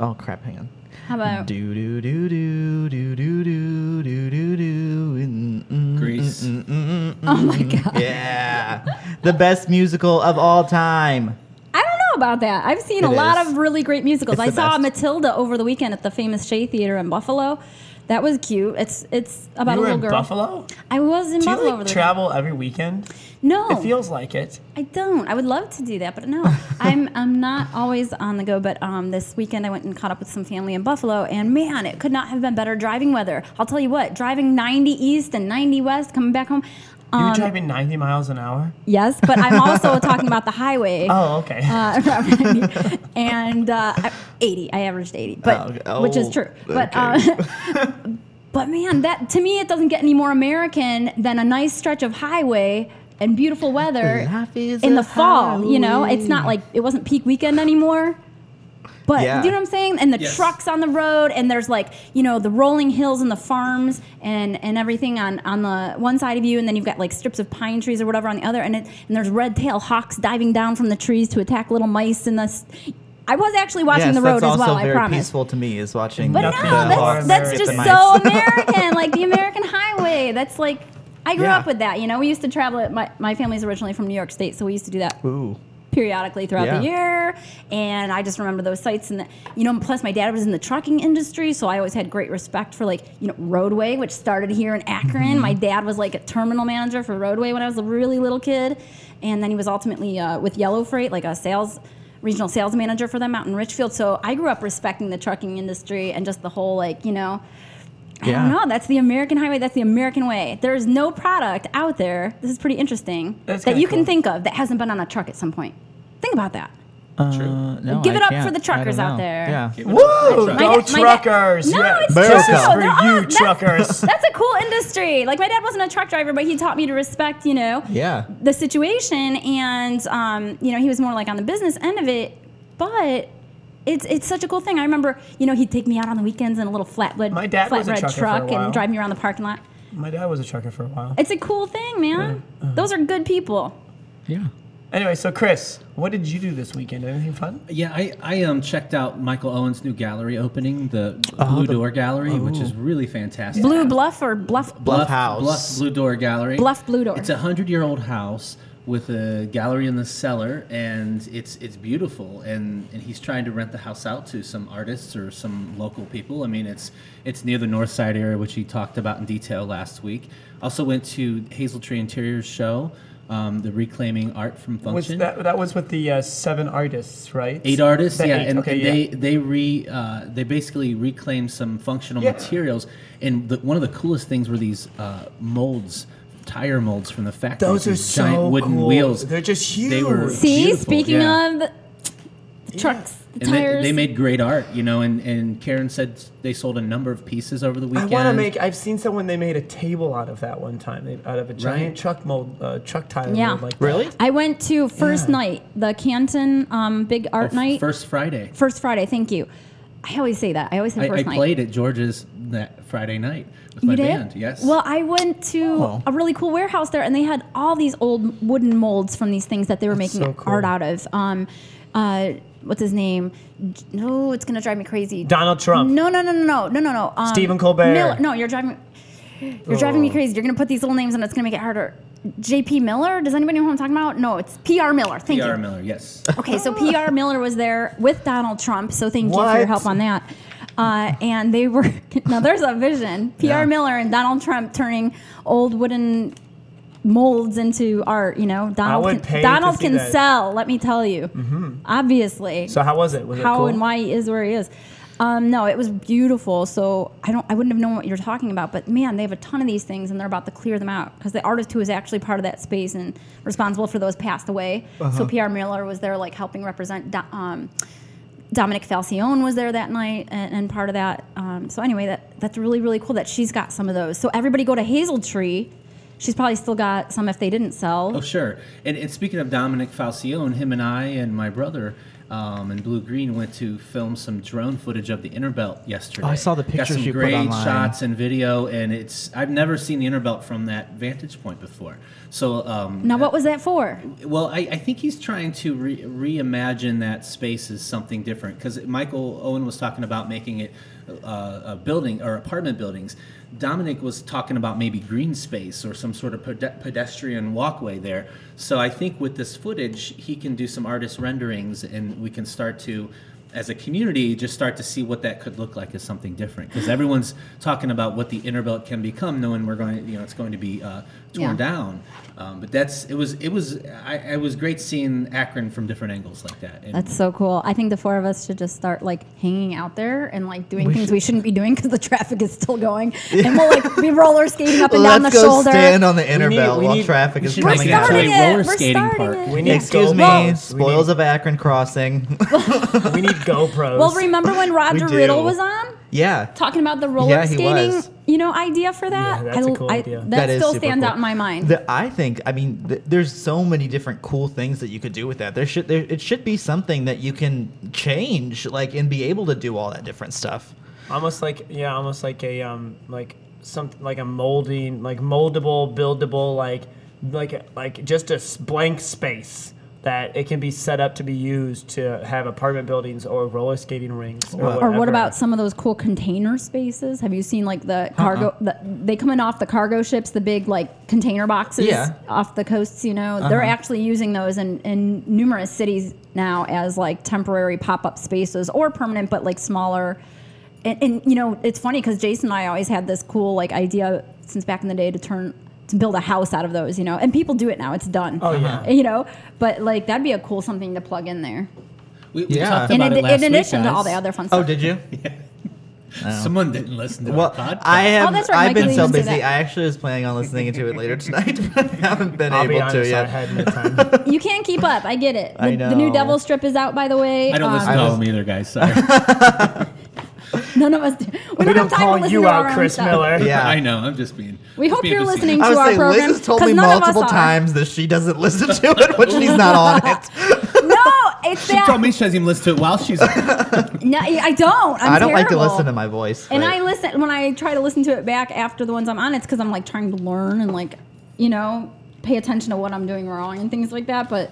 D: Oh crap! Hang on.
B: How about
D: Do do do do do do do do do do. mm, mm,
C: Grease.
D: mm, mm, mm,
B: *laughs* Oh my god.
D: Yeah. the best musical of all time.
B: I don't know about that. I've seen a
D: It
B: lot
D: is.
B: of really great musicals.
D: It's
B: I
D: the
B: saw
D: best.
B: Matilda over the weekend at the famous Shea Theater in Buffalo. That was cute. It's it's about
A: you
B: a
A: were
B: little
A: in
B: girl.
A: Buffalo.
B: I was in
A: Do you
B: Buffalo
A: like
B: over Oh. the
A: travel every weekend?
B: No.
A: It feels like it.
B: I don't. I would love to do that,
A: *laughs*
B: but no. I'm I'm not always on the go, but um, this weekend I went and caught up with some family in Buffalo, and man, it could not have been better driving weather. I'll tell you what, driving 90 east and 90 west, coming back home.
A: You're
B: Um,
A: driving 90 miles an hour.
B: yes, but I'm also talking about the highway.
A: *laughs* Oh, okay.
B: Uh, *laughs* around 90. and uh, I- 80. I averaged 80, but
D: Oh, okay.
B: which is
D: Oh,
B: true. But
D: okay.
B: uh,
D: *laughs*
B: but man, that to me it doesn't get any more American than a nice stretch of highway and beautiful weather
D: Life is
B: in
D: a
B: the fall. You know, it's not
D: highway.
B: like it wasn't peak weekend anymore. But
D: Yeah.
B: do you know what I'm saying? And the
C: Yes.
B: trucks on the road, and there's like you know the rolling hills and the farms and and everything on on the one side of you, and then you've got like strips of pine trees or whatever on the other, and it, and there's red tail hawks diving down from the trees to attack little mice. And this, I was actually watching
D: yes,
B: the road
D: that's also
B: as well. I
D: very
B: promise.
D: peaceful to me is watching.
B: But no,
A: Nothing
D: the
A: but
B: that's,
D: hawks
B: that's
D: get
B: just
D: the mice.
B: so American, like the American highway. That's like I grew
D: Yeah.
B: up with that. You know, we used to travel. At my my family's originally from New York State, so we used to do that
D: Ooh.
B: periodically throughout the
D: Yeah.
B: year. And I just remember those sites. And, the, you know, plus my dad was in the trucking industry. So I always had great respect for, like, you know, Roadway, which started here in
D: Mm-hmm.
B: Akron. My dad was like a terminal manager for Roadway when I was a really little kid. And then he was ultimately uh, with Yellow Freight, like a sales. Regional sales manager for them out in Richfield. So I grew up respecting the trucking industry and just the whole, like, you know, I
D: Yeah.
B: don't know. That's the American highway. That's the American way. There is no product out there. This is pretty interesting
A: That's
B: that
A: kinda
B: you can
A: cool.
B: think of that hasn't been on a truck at some point. Think about that.
C: mm,
D: Uh, no,
B: Give
D: I
B: it up
D: can't.
B: for the
D: I don't
B: truckers out
D: know.
B: there.
D: Yeah.
C: Give it
A: Woo!
C: up.
A: Go
B: My
C: That's right.
B: dad- my dad-
A: truckers!
B: No,
A: yes.
B: it's
D: America.
B: true.
A: For
B: They're all-
A: you
B: that's-
A: truckers. *laughs*
B: That's a cool industry. Like my dad wasn't a truck driver, but he taught me to respect, you know,
D: Yeah.
B: the situation. And um, you know, he was more like on the business end of it. But it's it's such a cool thing. I remember, you know, he'd take me out on the weekends in a little flatbed
A: My dad was a
B: flatbed
A: trucker for a
B: truck
A: while.
B: and drive me around the parking lot.
A: My dad was a trucker for a while.
B: It's a cool thing, man.
A: uh-huh.
B: Those are good people.
E: Yeah.
A: Anyway, so Chris, what did you do this weekend? Anything fun?
C: Yeah, I, I um checked out Michael Owen's new gallery opening, the Oh.
E: Oh,
C: Blue
E: the-
C: Door Gallery, which is really fantastic.
B: Blue Bluff or Bluff
D: Bluff House.
C: Bluff Blue Door Gallery.
B: Bluff Blue Door.
C: It's a hundred year old house with a gallery in the cellar, and it's it's beautiful. And, and he's trying to rent the house out to some artists or some local people. I mean, it's it's near the North Side area, which he talked about in detail last week. Also went to Hazel Tree Interiors show, um, the reclaiming art from
A: Was
C: function.
A: that that was with the uh, seven artists, right?
C: Eight artists,
A: The
C: yeah,
A: eight,
C: and,
A: okay,
C: and
A: yeah.
C: they they re uh, they basically reclaimed some functional
A: Yeah.
C: materials, and the, one of the coolest things were these uh, molds, tire molds from the factory.
A: Those are
C: these giant
A: so
C: wooden
A: cool.
C: wheels.
A: They're just huge.
C: They were
B: See,
C: beautiful,
B: speaking
C: yeah.
B: of the, the trucks, the
C: and they,
B: tires.
C: they made great art, you know. And, and Karen said they sold a number of pieces over the
A: I
C: weekend.
A: want to make. I've seen someone they made a table out of that one time, they, out of a giant
C: Right.
A: truck mold, uh, truck tire
B: Yeah.
A: mold. Like that.
D: Really?
B: I went to first
A: Yeah.
B: night, the Canton um, Big
C: Oh,
B: Art
C: f-
B: Night.
C: first Friday.
B: First Friday, thank you. I always say that. I always say
C: I,
B: first
C: I
B: night.
C: played at George's that Friday night with my
B: you did?
C: band. Yes.
B: Well, I went to
D: Oh.
B: a really cool warehouse there, and they had all these old wooden molds from these things that they were making
A: so cool.
B: art out of. Um, uh, what's his name? J- No, it's gonna drive me crazy.
A: Donald Trump.
B: No, no, no, no, no, no, no, no. Um,
A: Stephen Colbert.
B: Miller- no, you're driving. You're driving
C: Oh.
B: me crazy. You're gonna put these little names, and it's gonna make it harder. J.P. Miller. Does anybody know who I'm talking about? No, it's P.R. Miller. Thank
C: P.R.
B: you.
C: Miller. Yes.
B: Okay, so P.R. Miller was there with Donald Trump, so thank you for your
A: What?
B: help on that. Uh, and they were *laughs* now there's a vision. P.R.
C: Yeah.
B: Miller and Donald Trump turning old wooden molds into art. You know, Donald
A: would
B: can,
A: pay
B: Donald
A: to see
B: can
A: that. Mm-hmm.
B: sell. Let me tell you, obviously,
A: So how was it? Was
B: how
A: it cool?
B: and why he is where he is. Um, no, it was beautiful. So I don't, I wouldn't have known what you're talking about. But man, they have a ton of these things, and they're about to clear them out because the artist who was actually part of that space and responsible for those passed away. So P.R. Miller was there, like helping represent. Do- um, Dominic Falcione was there that night and, and part of that. Um, so anyway, that that's really really cool that she's got some of those. So everybody go to Hazel Tree. She's probably still got some if they didn't sell.
C: Oh, sure. And, and speaking of Dominic Falcione, him and I and my brother um, and Blue Green went to film some drone footage of the Inner Belt yesterday.
D: Oh, I saw the
C: Got
D: pictures
C: some
D: you put
C: great
D: online.
C: shots and video, and it's I've never seen the Inner Belt from that vantage point before. So um,
B: Now what was that for?
C: well, I, I think he's trying to re- reimagine that space as something different because Michael Owen was talking about making it uh, a building or apartment buildings. Dominic was talking about maybe green space or some sort of pede- pedestrian walkway there. So I think with this footage, he can do some artist renderings and we can start to. As a community, just start to see what that could look like as something different, because everyone's talking about what the inner belt can become, knowing we're going, you know, it's going to be uh, torn
B: Yeah.
C: down down. Um, but that's it was it was I, I was great seeing Akron from different angles like that. And
B: That's so cool. I think the four of us should just start like hanging out there and like doing things we shouldn't be doing because the traffic is
D: *laughs*
B: still going, and we'll like be roller skating up and down the
D: Let's go
B: shoulder.
D: stand on the inner
A: need-
D: belt
A: we
D: while
A: need-
D: traffic
C: we
D: is
C: should
B: We're
D: coming
C: make it
D: at
B: starting
D: us.
B: it.
C: into a roller
B: We're
C: skating
B: starting
C: park.
B: it.
A: We need
D: Excuse
A: GoPros.
D: me,
A: We
D: spoils of Akron Crossing. *laughs*
A: need, we need GoPros.
B: Well, remember when Roger
D: do.
B: Riddle was on
D: yeah.
B: talking about the roller
D: Yeah, he
B: skating,
D: was.
B: you know, idea for that?
A: Yeah, that's
B: I,
A: a cool
B: I-
A: idea.
B: That,
D: That is
B: still
D: super
B: stands
D: cool.
B: out in my mind.
D: The, I think I mean th- there's so many different cool things that you could do with that. There should there it should be something that you can change like and be able to do all that different stuff.
A: almost like yeah, almost like a um like something like a molding like moldable, buildable like like like just a s- blank space that it can be set up to be used to have apartment buildings or roller skating rings
D: Or
A: or,
B: or
A: whatever.
B: what about some of those cool container spaces? Have you seen like the cargo? The, they come in off the cargo ships, the big like container boxes
D: Yeah.
B: off the coasts. You know, they're actually using those in, in numerous cities now as like temporary pop up spaces or permanent, but like smaller. And, and you know, it's funny because Jason and I always had this cool like idea since back in the day to turn to build a house out of those. You know, and people do it now; it's done.
A: Oh, yeah.
B: you know, but like that'd be a cool something to plug in there.
C: We, we
D: Yeah.
C: talked
D: In
B: In,
C: about
B: ad-
C: it last
B: in addition
C: week,
B: to all the
C: guys. Um,
B: other fun stuff.
D: Oh, did you?
C: Someone didn't listen
D: *laughs*
C: to
D: Well,
C: our podcast.
D: I have.
B: Oh, that's right,
D: I've
B: Michael,
D: been
B: you
D: so
B: didn't say
D: busy. I
B: that.
D: actually was planning on listening to it later *laughs* tonight, but I haven't been
A: I'll
D: able
A: be honest,
D: to
A: I
D: yet.
A: had
D: *laughs*
A: no time.
B: You can't keep up. I get it. The,
D: I
B: the new
D: know.
B: Devil strip is out, by the way.
C: I don't listen to
D: I
C: all
D: was-
C: of them either, guys. Sorry.
B: Um, None of us do. We,
A: we
B: don't have
A: don't
B: time to
A: call
B: listen
A: you
B: to our
A: out,
B: own
A: Chris
B: stuff.
A: Miller.
D: *laughs* Yeah.
C: *laughs* I know. I'm just being.
B: We
C: just
B: hope
C: being
B: you're
C: facetious. *laughs*
B: listening
D: I
B: to
D: was
B: our
D: saying,
B: program.
D: Liz has told
B: 'cause
D: me
B: none of us
D: multiple *laughs*
B: are.
D: times that she doesn't listen to it when she's not on it.
B: No, it's the Yeah.
C: told me she doesn't even listen to it while she's.
B: *laughs* No, I don't. *laughs* I'm
D: I don't like to
B: terrible.
D: listen to my voice.
B: And
D: but-
B: I listen when I try to listen to it back after the ones I'm on. It's because I'm like trying to learn and like you know pay attention to what I'm doing wrong and things like that. But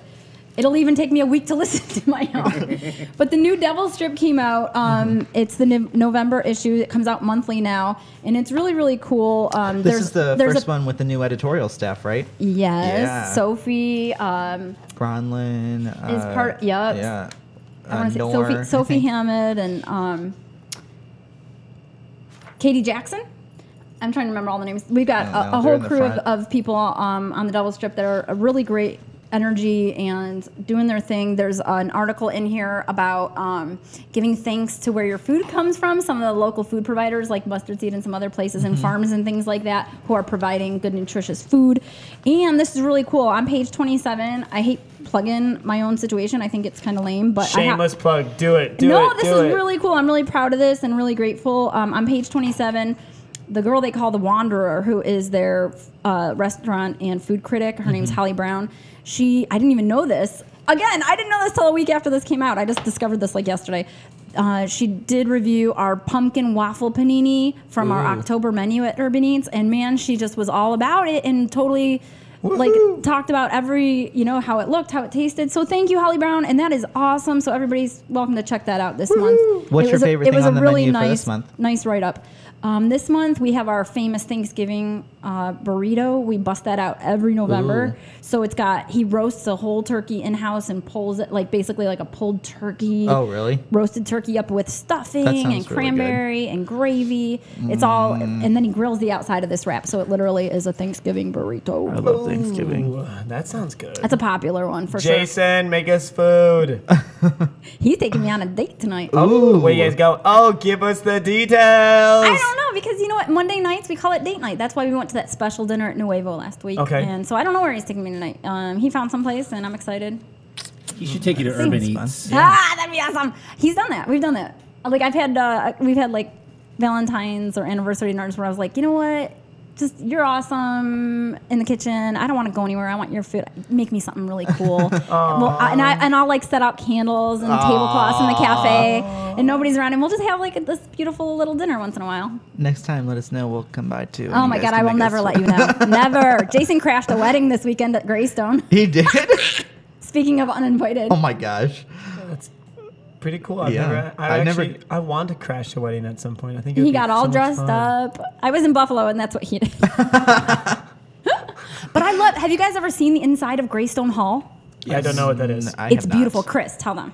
B: it'll even take me a week to *laughs* listen to my
D: *laughs*
B: own. but the new Devil Strip came out. Um,
D: Mm-hmm.
B: It's the Nov- November issue. It comes out monthly now, and it's really really cool. Um,
D: this
B: there's,
D: is the
B: there's
D: first
B: a,
D: one with the new editorial staff, right?
B: Yes,
D: Yeah.
B: Sophie. Um,
D: Gronlin
B: Is
D: uh,
B: part- yup.
D: Yeah.
B: I want to say
D: Uh, Noor, I
B: Sophie, Sophie
D: think.
B: Hammond and um, Katie Jackson. I'm trying to remember all the names. We've got
D: I don't
B: a,
D: know.
B: a
D: Oh, They're
B: whole
D: in the
B: crew of,
D: front.
B: of people um, on the double strip that are a really great energy and doing their thing. There's an article in here about um, giving thanks to where your food comes from. Some of the local food providers, like Mustard Seed and some other places and farms and things like that, who are providing good, nutritious food. And this is really cool. On page 27, I hate plugging my own situation. I think it's kind of lame, but I ha-
A: Shameless plug. Do it. Do
B: no,
A: it.
B: this
A: do
B: is
A: it.
B: really cool. I'm really proud of this and really grateful. Um, on page 27, the girl they call the Wanderer, who is their uh, restaurant and food critic, her
A: Mm-hmm.
B: name's Holly Brown. She, I didn't even know this. Again, I didn't know this till a week after this came out. I just discovered this like yesterday. Uh, she did review our pumpkin waffle panini from our October menu at Urban Eats, and man, she just was all about it and totally like talked about every you know how it looked how it tasted so thank you holly brown and that is awesome so everybody's welcome to check that out this month
D: What's
B: It
D: your
B: was a-
D: favorite
B: it
D: thing
B: was
D: on
B: a
D: the
B: really
D: menu for
B: nice,
D: this month?
B: nice write-up um, this month we have our famous thanksgiving uh, burrito we bust that out every november so it's got he roasts a whole turkey in-house and pulls it like basically like a pulled turkey
D: Oh, really?
B: roasted turkey up with stuffing
D: That sounds
B: and
D: really good. Mm.
B: cranberry and gravy. It's all, and then he grills the outside of this wrap, so it literally is a Thanksgiving burrito.
E: I love Thanksgiving.
A: Ooh, that sounds good.
B: That's a popular one for
A: Jason, make us food.
B: sure. He's taking me on a date tonight.
A: Ooh. Where you guys go? Oh, give us the details.
B: I don't know because you know what? Monday nights we call it date night. That's why we went to that special dinner at Nuevo last week.
A: Okay.
B: And so I don't know where he's taking me tonight. Um, he found someplace, and I'm excited.
C: You should take you to Urban
D: fun.
C: Eats.
B: Ah, that'd be awesome. He's done that. We've done that. Like I've had, uh, we've had like Valentine's or anniversary dinners where I was like, you know what? Just you're awesome in the kitchen. I don't want to go anywhere. I want your food. Make me something really
D: *laughs*
B: cool. well, I, and I and I'll like set out candles and tablecloths in the cafe, and nobody's around, and we'll just have like this beautiful little dinner once in a while.
D: Next time, let us know. We'll come by too. and
B: Oh
D: you
B: my
D: guys
B: god,
D: can
B: I will
D: make us
B: never let
D: food.
B: you know. never. Jason crashed a wedding this weekend at Greystone.
D: *laughs*
B: *laughs*
D: He did. *laughs*
B: Speaking of uninvited,
D: oh my gosh.
A: Pretty cool. I've
D: Yeah.
A: never. I
D: I've never-
A: actually. I want to crash a wedding at some point. I think it would
B: he
A: be
B: got all
A: so much
B: dressed
A: fun.
B: up. I was in Buffalo, and that's what he did. but I love. Have you guys ever seen the inside of Greystone Hall?
A: I don't know what that is.
D: Mm, I
B: it's
D: have not.
B: beautiful. Chris, tell them.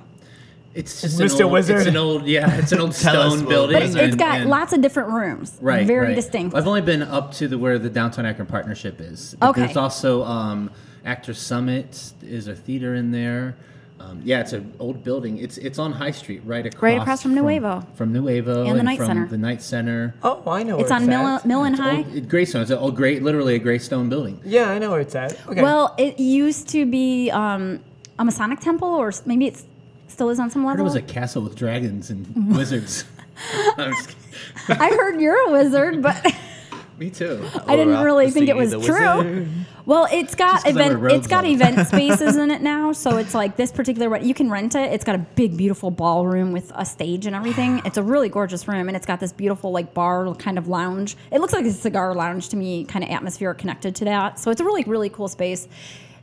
C: It's just
A: Mr.
C: an old,
A: Wizard.
C: It's an old, yeah, it's an old
D: *laughs* Tell us,
C: stone
D: Will.
C: building.
B: But it's, it's
C: and-
B: got
C: and-
B: lots of different rooms.
C: right,
B: Very
C: right.
B: distinct.
C: I've only been up to the where the Downtown Akron partnership is.
B: Okay.
C: There's also um, Actors Summit is a theater in there. Um, yeah, it's an old building. It's it's on High Street, right across
B: across from Nuevo.
C: from Nuevo
B: And the Knight
C: from
B: Center.
C: the Knight Center.
A: Oh, I know.
B: it's
A: where
B: on Mill,
A: at.
B: Mill and
C: It's
B: High.
C: old- it- Greystone. It's a old, great, literally a gray stone building.
A: Yeah, I know where it's at. Okay.
B: Well, it used to be um, a Masonic temple, or s- maybe it's still is on some
C: I heard
B: level.
C: it was a castle with
B: *laughs*
C: dragons and wizards. *laughs* I'm just kidding.
B: I heard you're a wizard, but
C: Me too.
B: *laughs* I didn't
D: Or
B: really
D: I'll
B: think it
D: see
B: was
D: the
B: true.
D: wizard.
B: Well, it's got
C: Just 'cause I
B: event.
C: wear
B: It's
C: robes
B: got
C: all the
B: event spaces in it now, so it's like this particular one. You can rent it. It's got a big, beautiful ballroom with a stage and everything. It's a really gorgeous room, and it's got this beautiful like bar kind of lounge. It looks like a cigar lounge to me, kind of atmosphere connected to that. So it's a really, really cool space.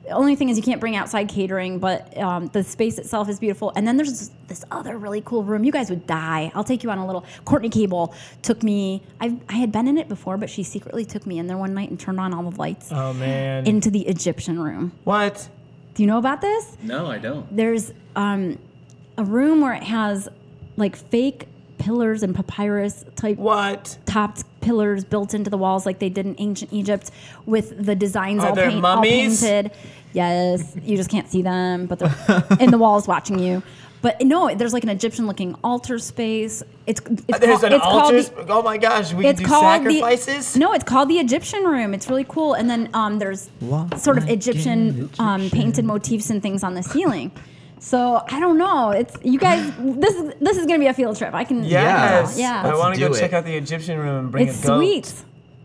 B: The only thing is you can't bring outside catering, but um, the space itself is beautiful. And then there's this other really cool room. You guys would die. I'll take you on a little. Courtney Cable took me. I, I had been in it before, but she secretly took me in there one night and turned on all the lights
A: oh man.
B: into the Egyptian room.
A: what?
B: Do you know about this?
C: No, I don't.
B: There's um, a room where it has like fake pillars and papyrus type
A: What?
B: topped pillars built into the walls like they did in ancient Egypt with the designs
A: Are
B: all,
A: there
B: paint, all
A: mummies?
B: painted.
A: *laughs*
B: Yes, you just can't see them, but they're in the walls watching you. But no, there's like an Egyptian looking altar space. It's it's
A: There's
B: called,
A: an
B: it's called
A: altar.
B: the-
A: sp- oh my gosh, we can
B: it's
A: do
B: called
A: sacrifices.
B: The, no, it's called the Egyptian room. It's really cool. And then um, there's
D: Walk
B: sort of
D: like an
B: Egyptian, Um,
D: Egyptian.
B: painted motifs and things on the ceiling. So I don't know. It's you guys. This is this is gonna be a field trip. I can.
A: Yes.
B: Yeah.
A: I
D: Let's
A: want to
D: do
A: go
D: it.
A: check out the Egyptian room and bring
B: It's
A: a goat.
B: sweet.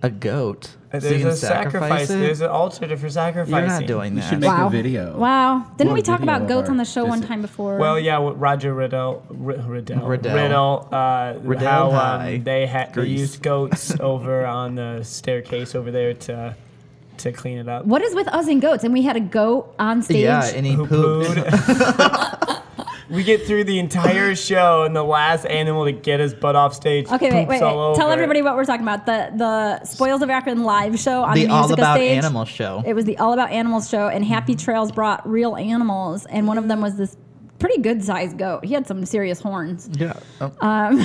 D: a goat.
A: There's
D: so you can
A: a sacrifice.
D: it?
A: There's an altar for sacrificing.
D: You're not doing
C: You
D: that.
C: should make
B: wow.
C: a video.
B: Wow. Didn't
C: Or
B: we
C: a
B: talk
C: video
B: about
C: of
B: goats
C: our
B: on the show one
C: visit.
B: time before?
A: Well, yeah, with Roger Riddell, R- Riddell,
D: Riddell.
A: Riddell, uh,
D: Riddell
A: how
D: High.
A: um, they had they
D: Grease. *laughs*
A: used goats over on the staircase over there to to clean it up.
B: What is with us and goats? And we had a goat on stage.
D: yeah, and he
A: Who
D: pooped. *laughs*
A: pooed. *laughs* we get through the entire show, and the last animal to get his butt off stage.
B: Okay, wait,
A: poops
B: wait,
A: all
B: wait. Tell
A: over it.
B: everybody what we're talking about. The the Spoils of Akron live show on
D: The
B: Musica
D: All About
B: stage.
D: Animal show.
B: It was the All About Animals show, and Happy Trails brought real animals, and one of them was this pretty good sized goat. He had some serious horns.
D: yeah. Oh.
B: Um,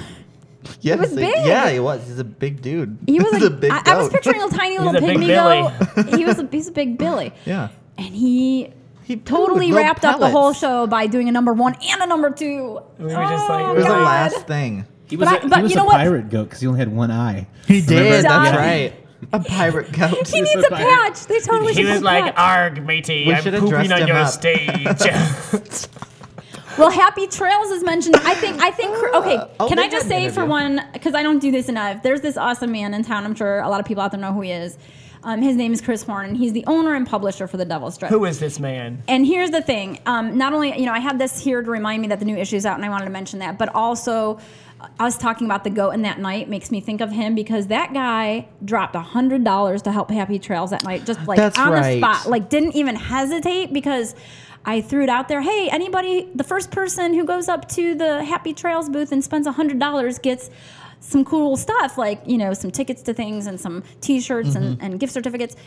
D: yes,
B: was
D: he-
B: big.
D: Yeah, he was. He's a big dude.
B: he was
D: *laughs* He's
B: a, I, I was
D: goat.
B: picturing
A: *laughs*
B: a tiny little
A: a big
B: pygmy goat. He was a, he's a big Billy.
D: *laughs* yeah.
B: And he
D: He
B: totally
D: pooped little
B: wrapped up the
D: pellets.
B: whole show by doing a number one and a number two.
A: We were just like-
B: Oh,
D: It was the
B: God.
D: last thing.
C: He was,
B: But
C: a,
B: I- but
C: he was
B: you
C: a
B: know what?
C: pirate goat because he only had one eye.
D: He did. That's
B: Stop.
D: right. A
B: *laughs*
D: pirate goat.
B: He needs a patch. They totally
A: He
B: should
A: was
B: put a
A: like,
B: patch.
A: "Arg, matey,
D: We
A: I'm
D: should've
A: pooping
D: dressed
A: on
D: him
A: your
D: up."
A: stage."
D: *laughs*
A: *laughs*
B: Well, Happy Trails is mentioned. I think. I think. Okay.
D: oh,
B: can
D: they
B: I just
D: had an
B: say for
D: interview.
B: one, because I don't do this enough. There's this awesome man in town. I'm sure a lot of people out there know who he is. Um, his name is Chris Horn, and he's the owner and publisher for the Devil's Strip.
A: Who is this man?
B: And here's the thing: um, not only you know I had this here to remind me that the new issue's out, and I wanted to mention that, but also uh, us talking about the goat in that night makes me think of him because that guy dropped hundred dollars to help Happy Trails that night, just like
D: That's
B: on
D: right.
B: the spot, like didn't even hesitate because. I threw it out there. Hey, anybody, the first person who goes up to the Happy Trails booth and spends $100 gets some cool stuff, like, you know, some tickets to things and some t shirts and,
D: Mm-hmm.
B: and gift certificates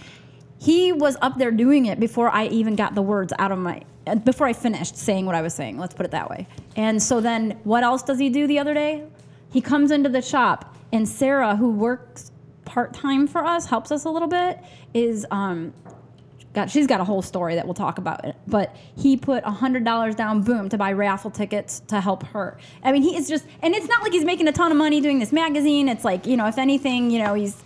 B: he was up there doing it before I even got the words out of my uh, before I finished saying what I was saying. Let's put it that way. And so then, what else does he do the other day? He comes into the shop, and Sarah, who works part time for us, helps us a little bit. Is um, got she's got a whole story that we'll talk about it. But he put hundred dollars down, boom, to buy raffle tickets to help her. I mean, he is just, and it's not like he's making a ton of money doing this magazine. It's like you know, if anything, you know, he's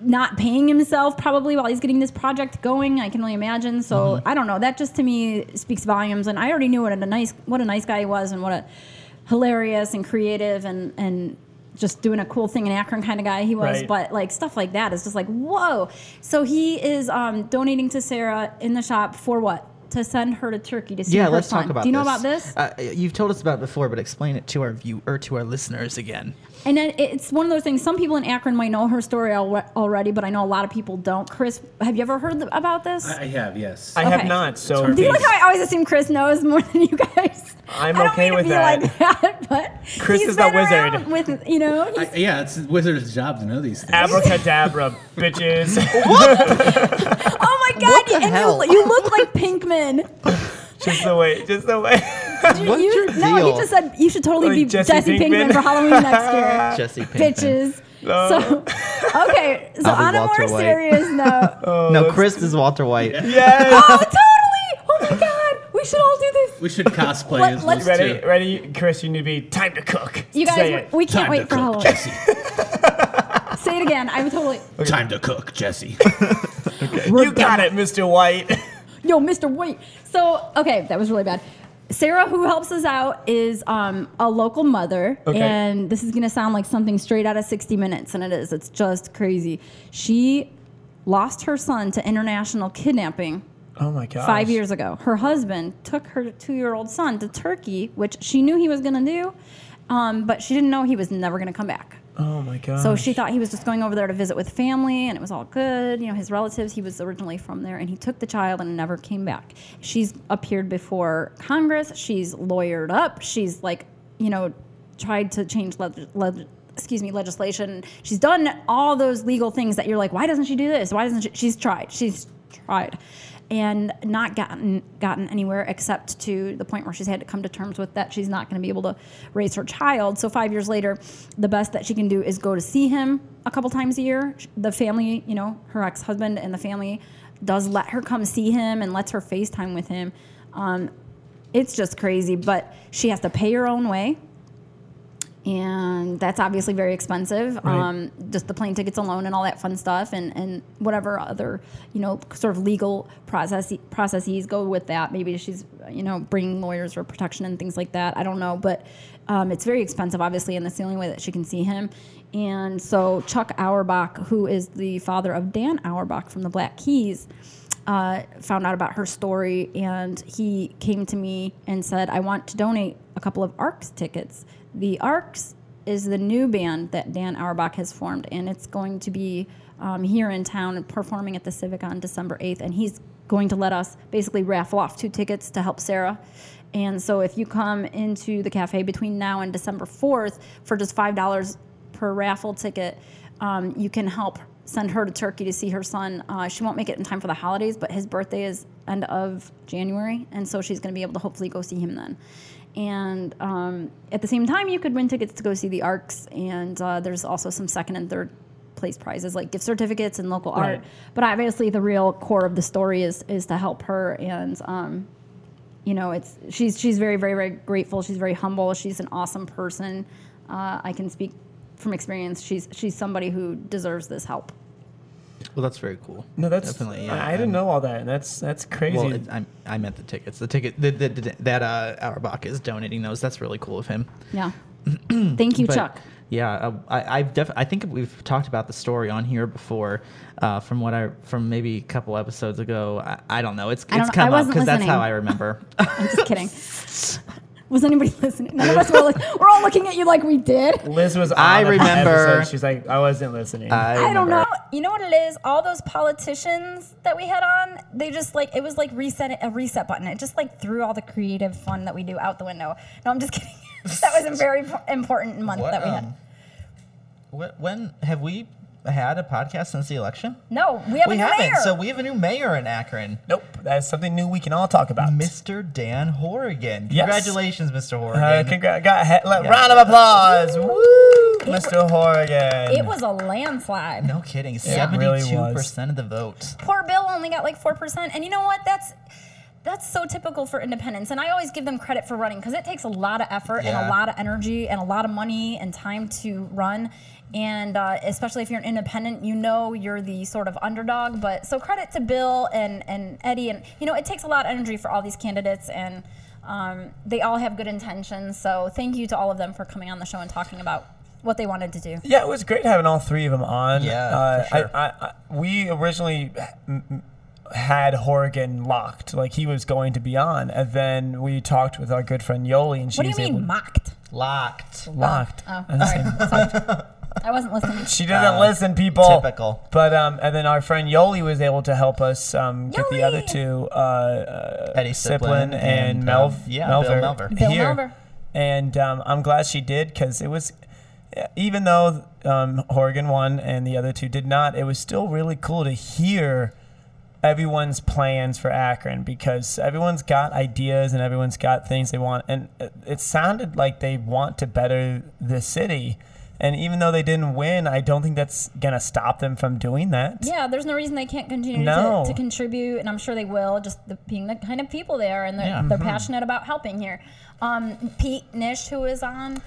B: not paying himself probably while he's getting this project going. I can only imagine. So
D: Uh-huh.
B: I don't know. That just to me speaks volumes. And I already knew what a nice what a nice guy he was, and what a hilarious and creative and and just doing a cool thing in Akron kind of guy he was.
A: Right.
B: But like stuff like that is just like whoa. So he is um, donating to Sarah in the shop for what? To send her to Turkey to see
D: Yeah,
B: her
D: let's
B: son.
D: talk about.
B: Do you know about
D: this.
B: this?
D: Uh, you've told us about it before, but explain it to our view or to our listeners again.
B: And then it's one of those things. Some people in Akron might know her story al- already, but I know a lot of people don't. Chris, have you ever heard th- about this?
C: I, I have, yes.
A: I have
B: Okay.
A: not. So
B: Do you like how I always assume Chris knows more than you guys?
A: I'm
B: I don't
A: okay
B: mean
A: with
B: to be
A: that.
B: like that, but
A: Chris
B: he's
A: is the
B: been around
A: wizard.
B: With you know,
C: I- yeah, it's Wizard's job to know these
A: *laughs*
C: things.
A: abracadabra, bitches.
B: he's- oh my god,
D: the
B: and
D: hell?
B: you you look
A: *laughs*
B: like Pinkman.
A: just the way. Just the *laughs* way.
B: You-
D: What's
B: you-
D: your
B: No,
D: deal?
B: he just said you should totally
A: Like
B: be
A: Jesse
B: Jesse, Pinkman.
A: Pinkman?
B: for Halloween next year,
A: *laughs*
D: Jesse Pinkman.
B: Uh, bitches.
A: No. *laughs*
B: So okay, so
D: I'll be
B: on a
D: Walter
B: more
D: White.
B: serious note, oh
D: no, Chris is Walter White.
A: Yes.
B: totally, oh my god, we should all do this.
C: We should cosplay
B: Let-
C: as
B: let's-
C: those
A: Ready,
C: two.
A: ready, Chris. You need to be time to cook.
B: You
A: Say
B: guys,
A: it.
B: we can't
C: Time to
B: wait for
C: cook,
B: Halloween.
C: Jesse.
B: Say it again. I'm totally.
C: Time to
A: *laughs*
C: cook, Jesse.
A: you got it, Mr. White. *laughs*
B: yo, Mr. White. So, okay, that was really bad. Sarah, who helps us out, is um, a local mother,
A: Okay.
B: and this is gonna sound like something straight out of 60 Minutes, and it is. It's just crazy. She lost her son to international kidnapping
A: oh my god.
B: five years ago. Her husband took her two year old son to Turkey, which she knew he was gonna do, um, but she didn't know he was never gonna come back.
A: Oh my god.
B: So she thought he was just going over there to visit with family and it was all good. You know, his relatives, he was originally from there and he took the child and never came back. She's appeared before Congress. She's lawyered up. She's like, you know, tried to change leg- leg- excuse me, legislation. She's done all those legal things that you're like, why doesn't she do this? Why doesn't she? She's tried. She's tried and not gotten gotten anywhere except to the point where she's had to come to terms with that she's not going to be able to raise her child. So five years later, the best that she can do is go to see him a couple times a year. The family, you know, her ex husband and the family does let her come see him and lets her FaceTime with him. Um, it's just crazy, but she has to pay her own way and that's obviously very expensive. Um, just the plane tickets alone and all that fun stuff, and, and whatever other you know sort of legal process processes go with that. Maybe she's you know bringing lawyers for protection and things like that. I don't know, but um, it's very expensive, obviously, and that's the only way that she can see him. And so Chuck Auerbach, who is the father of Dan Auerbach from the Black Keys, uh, found out about her story and he came to me and said, I want to donate a couple of ARCs tickets. The ARCs is the new band that Dan Auerbach has formed and it's going to be um, here in town and performing at the Civic on December 8th. And he's going to let us basically raffle off two tickets to help Sarah. And so if you come into the cafe between now and December 4th for just $5 per raffle ticket, um, you can help send her to Turkey to see her son. Uh, she won't make it in time for the holidays, but his birthday is end of January, and so she's going to be able to hopefully go see him then. And um, at the same time, you could win tickets to go see the Arcs, and uh, there's also some second and third place prizes like gift certificates and local
A: Right.
B: art. But obviously, the real core of the story is is to help her and. Um, you know, it's she's she's very very very grateful. She's very humble. She's an awesome person. Uh, I can speak from experience. She's she's somebody who deserves this help.
D: Well, that's very cool.
A: No, that's
D: definitely.
A: I, I didn't know all that. and That's that's crazy.
D: Well, it, I, I meant the tickets. The ticket the, the, the- that uh, Auerbach is donating those. That's really cool of him.
E: *clears throat*
B: Yeah. Thank you,
D: But,
B: Chuck.
D: Yeah, uh, I, I've def- I think we've talked about the story on here before, uh, from what I from maybe a couple episodes ago. I, I don't know. It's
B: I don't
D: it's
B: know. I
D: come up
B: wasn't
D: because that's how
B: listening.
D: I remember.
B: I'm just kidding.
E: *laughs*
B: Was anybody listening? None of us were like, we're all looking at you like we did.
A: Liz was. On
D: I
A: the
D: remember- Uh,
A: Episode. She's like, I wasn't listening.
B: I don't
D: remember.
B: know.
E: You know what it is? All those politicians that we had on, they just like it was like reset a reset button. It just like threw all the creative fun that we do out the window. No, I'm just kidding. *laughs* that was a very po- important month that we had.
D: um, when have we had a podcast since the election?
E: No, we have
D: we
E: a new
D: haven't.
E: mayor.
D: So we have a new mayor in Akron.
A: nope, that's something new we can all talk about.
D: Mr. Dan Horrigan.
A: Yes.
D: Congratulations, Mr. Horrigan.
A: Uh, congra- got he- let-
D: Yeah.
A: Round of applause. Woo! Mr. Horgan.
E: it was a landslide.
D: no kidding.
A: Yeah, it really was.
D: Seventy-two percent of the vote.
E: Poor Bill only got like four percent. And you know what? That's that's so typical for independents. And I always give them credit for running because it takes a lot of effort and a
D: Yeah.
E: lot of energy and a lot of money and time to run. And uh, especially if you're an independent, you know you're the sort of underdog. But so credit to Bill and and Eddie. And you know it takes a lot of energy for all these candidates and. Um, they all have good intentions, so thank you to all of them for coming on the show and talking about what they wanted to do.
A: Yeah, it was great having all three of them on.
D: Yeah,
A: uh,
D: for sure.
A: I, I, I, we originally h- m- m- had Horgan locked, like he was going to be on, and then we talked with our good friend Yoli, and she
E: What do
A: was
E: you mean
A: able
E: mocked?
D: Locked.
A: locked.
E: Oh, sorry.
A: *laughs*
E: Sorry. I wasn't listening.
A: She doesn't listen, people.
D: Uh, typical.
A: But um, and then our friend Yoli was able to help us um, get the other
E: Yoli!
A: two, uh, uh,
D: Eddie
A: Siplin and, Melv,
D: um, yeah,
A: Melver,
D: Bill Melver.
E: Bill
A: here.
E: Melver.
A: And um, I'm glad she did because it was, even though um, Horgan won and the other two did not, it was still really cool to hear everyone's plans for Akron because everyone's got ideas and everyone's got things they want. And it- it sounded like they want to better the city. And even though they didn't win, I don't think that's going to stop them from doing that.
E: Yeah, there's no reason they can't continue
A: No.
E: to, to contribute, and I'm sure they will, just the, being the kind of people they are, and they're,
D: Yeah.
E: they're
A: uh-huh.
E: passionate about helping here. Um, Pete Nish, who is on,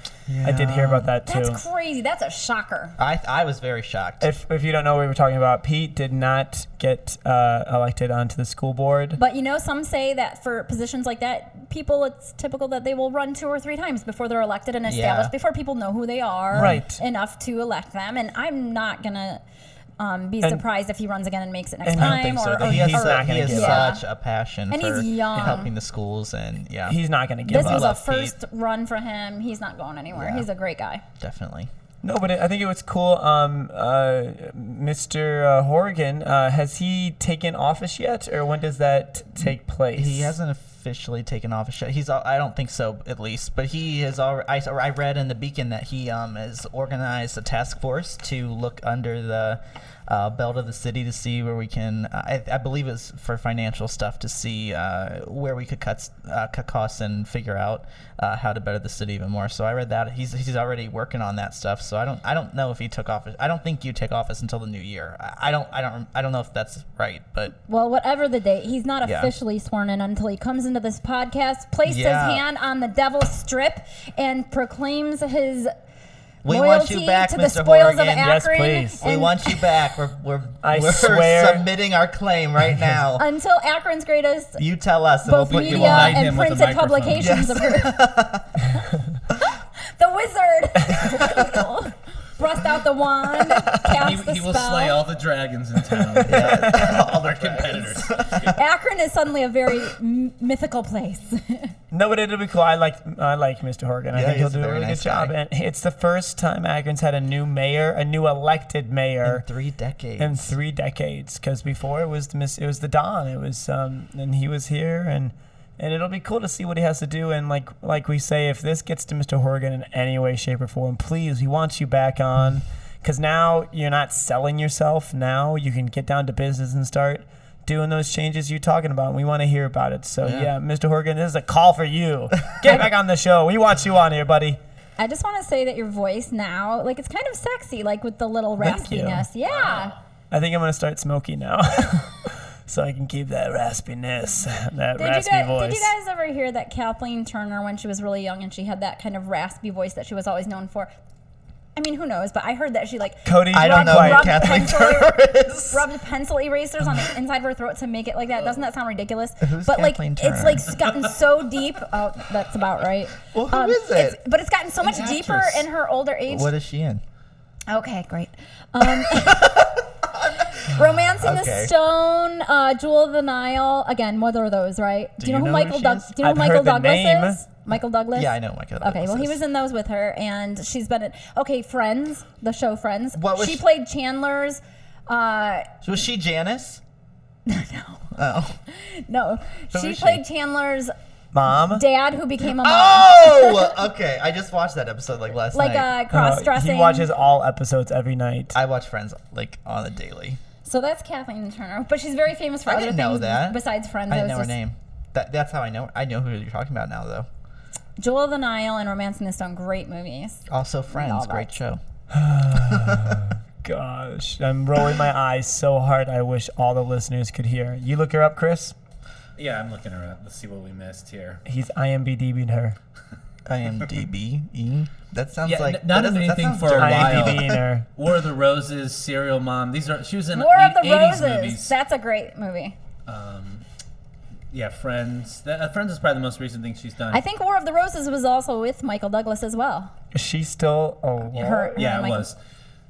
A: I did hear about that too.
E: that's crazy. That's a shocker.
D: I, I was very shocked.
A: if, if you don't know what we were talking about, Pete did not get uh, elected onto the school board.
E: But you know, some say that for positions like that, people it's typical that they will run two or three times before they're elected and established, before people know who they are
A: Right.
E: enough to elect them. And I'm not gonna um, be
A: And-
E: surprised if he runs again and makes it next
A: And I don't
E: time.
D: I don't think
E: or,
D: so.
E: or-
D: He has,
A: he's
E: or-
A: not
D: a,
A: gonna
D: he has
A: give
E: up.
D: such a passion
E: And
D: for
E: he's young.
D: helping the schools and yeah,
A: He's not going to give
E: This
A: up.
E: was a
D: love Pete.
E: first run for him. He's not going anywhere.
D: Yeah.
E: He's a great guy.
D: definitely.
A: No, but I think it was cool. Um, uh, Mr. Uh, Horgan, uh, has he taken office yet, or when does that take place?
D: He hasn't officially taken off a show. He's al- I don't think so at least, but he has already. I, I read in the Beacon that he um has organized a task force to look under the uh, belt of the city to see where we can. uh, I, I believe it's for financial stuff to see uh, where we could cut s- uh, cut costs and figure out uh, how to better the city even more. So I read that he's he's already working on that stuff. So I don't I don't know if he took office. I don't think you take office until the new year. I, I don't I don't I don't know if that's right, but
E: Well, whatever the date, he's not
D: Yeah.
E: officially sworn in until he comes into this podcast, places
D: Yeah.
E: his hand on the devil's strip, and proclaims his
D: We want
B: loyalty
D: you back,
B: to the
D: Mr.
B: spoils of
D: Horgan.
A: Yes,
B: Akron.
A: please.
D: We
B: and
D: want you back. We're we're,
A: I
D: we're
A: swear.
D: submitting our claim right
B: *laughs*
D: now.
B: until Akron's greatest
D: you tell us, and we'll
B: both
D: put you
B: media
D: on.
C: knight
B: and
C: him with a
B: printed
C: microphone.
B: publications approve. *laughs* the wizard. *laughs* Thrust out the wand,
C: He,
B: cast the
C: he will
B: spell.
C: slay all the dragons in
A: *laughs*
C: town. *laughs* all their competitors.
B: Akron is suddenly a very m- mythical place. *laughs*
A: No, but it'll be cool. I like I like Mr. Horgan. I
D: Yeah,
A: think he'll
D: he's a
A: do a
D: very
A: really
D: nice
A: good job.
D: guy.
A: And it's the first time Akron's had a new mayor, a new elected mayor
D: Three decades.
A: in three decades. Because before it was the miss, it was the Don. It was um, and he was here, and and it'll be cool to see what he has to do. And like like we say, if this gets to Mr. Horgan in any way, shape, or form, please, we want you back on. Because now you're not selling yourself. Now you can get down to business and start doing those changes you're talking about. And we want to hear about it. So yeah. Mr. Horgan, this is a call for you. Get back on the show. We want you on here, buddy.
B: I just want to say that your voice now, like it's kind of sexy, like with the little
A: Thank you.
B: raspiness. Yeah.
A: I think I'm gonna start smoking now, *laughs* so I can keep that raspiness, *laughs* that
B: Did you,
A: raspy
B: guys,
A: voice.
B: did you guys ever hear that Kathleen Turner, when she was really young and she had that kind of raspy voice that she was always known for? I mean, who knows? But I heard that she like
A: Cody,
D: I don't
A: not
D: know
A: quite.
D: what
B: Rob
D: Kathleen
B: Pencil-
D: Turner is.
B: *laughs* rubbed pencil erasers
D: *laughs*
B: on the inside of her throat to make it like that. Doesn't that sound ridiculous?
D: Who's
B: but like,
D: Kathleen
B: it's like s- gotten so deep. Oh, that's about right.
D: *laughs* Well, who
B: Um,
D: is
B: it's-
D: it?
B: but it's gotten so much deeper
C: actress.
B: in her older
D: *laughs*
B: age.
D: What is she in?
B: Okay, great. Um, *laughs* Romancing
D: Okay.
B: the Stone, uh, Jewel of the Nile. Again, what are those, right? Do,
D: you
B: you know,
D: know
B: who
D: who
B: Michael
D: she
B: Doug-
D: is?
B: Do you know
A: I've
B: who Michael
A: heard the
B: Douglas
A: name.
B: is? Michael Douglas.
D: Yeah, I know Michael
B: Okay, well, he
D: Douglas
B: was
D: is.
B: in those with her, and she's been in okay Friends, the show Friends.
D: What was
B: she,
D: she-
B: played Chandler's. Uh,
D: Was she
B: *laughs*
D: Janice? Oh.
B: no, she
D: is she?
B: played Chandler's
A: Mom,
B: dad, who became a mom,
D: Oh, okay. I just watched that episode like last
B: like uh,
D: night.
B: a cross dressing.
A: He watches all episodes every night.
D: I watch Friends like on the daily.
B: So that's Kathleen Turner, but she's very famous for
D: I
B: other
D: didn't
B: things
D: know that.
B: besides Friends.
D: I didn't
B: was
D: know her
B: just-
D: name. That, that's how I know. I know who you're talking about now, though.
B: Jewel of the Nile and Romancing the Stone, great movies.
D: Also, Friends,
B: that.
D: great show.
A: Gosh, I'm rolling my eyes so hard. I wish all the listeners could hear. You look her up, Chris.
C: Yeah, I'm looking around. Let's see what we missed here.
A: He's IMDb'd her.
D: I am DB. E? That sounds
C: Yeah,
D: like
C: n- not
D: that
C: in
D: doesn't- that
C: anything
D: sounds
C: for a
D: dirty.
C: while.
A: IMDb'd her.
C: War of the Roses, Serial Mom. These are she was in
B: War of the
C: 80s
B: Roses.
C: Uh, movies.
B: That's a great movie.
C: um, yeah, Friends. That, uh, Friends is probably the most recent thing she's done.
B: I think War of the Roses was also with Michael Douglas as well.
A: Is she still alive?
B: Her, her
C: yeah,
B: and
C: it
B: Michael-
C: was.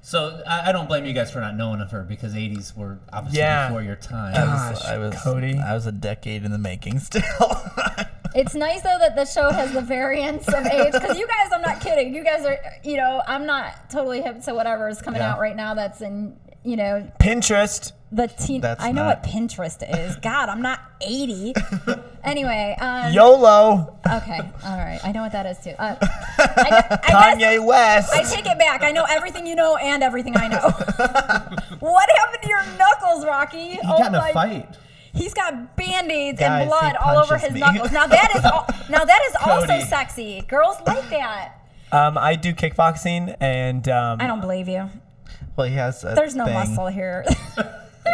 C: So I, I don't blame you guys for not knowing of her because 80s were obviously
A: Yeah. Uh-huh.
C: before your time.
D: I was, I was,
A: Cody.
D: I was a decade in the making still. *laughs*
B: It's nice though that the show has the variance of age because you guys, I'm not kidding. You guys are, you know, I'm not totally hip to whatever is coming
D: Yeah.
B: out right now. That's in, you know,
A: Pinterest.
B: the teen.
D: That's
B: I know
D: not-
B: what Pinterest is. God, I'm not 80. anyway, um,
A: YOLO.
B: okay, all right, I know what that is too. Uh, I, guess- I guess-
A: Kanye West.
B: I take it back. I know everything you know and everything I know. what happened to your knuckles, Rocky? Oh
C: he got in a fight.
B: He's got band-aids
D: Guys, he
B: and blood all over
D: punches
B: his
D: me.
B: knuckles. Now that is all, now that is also
C: Cody.
B: sexy. Girls like that.
A: Um, I do kickboxing and um,
B: I don't believe you.
D: well, he has. A
B: There's no
D: thing.
B: muscle here. *laughs*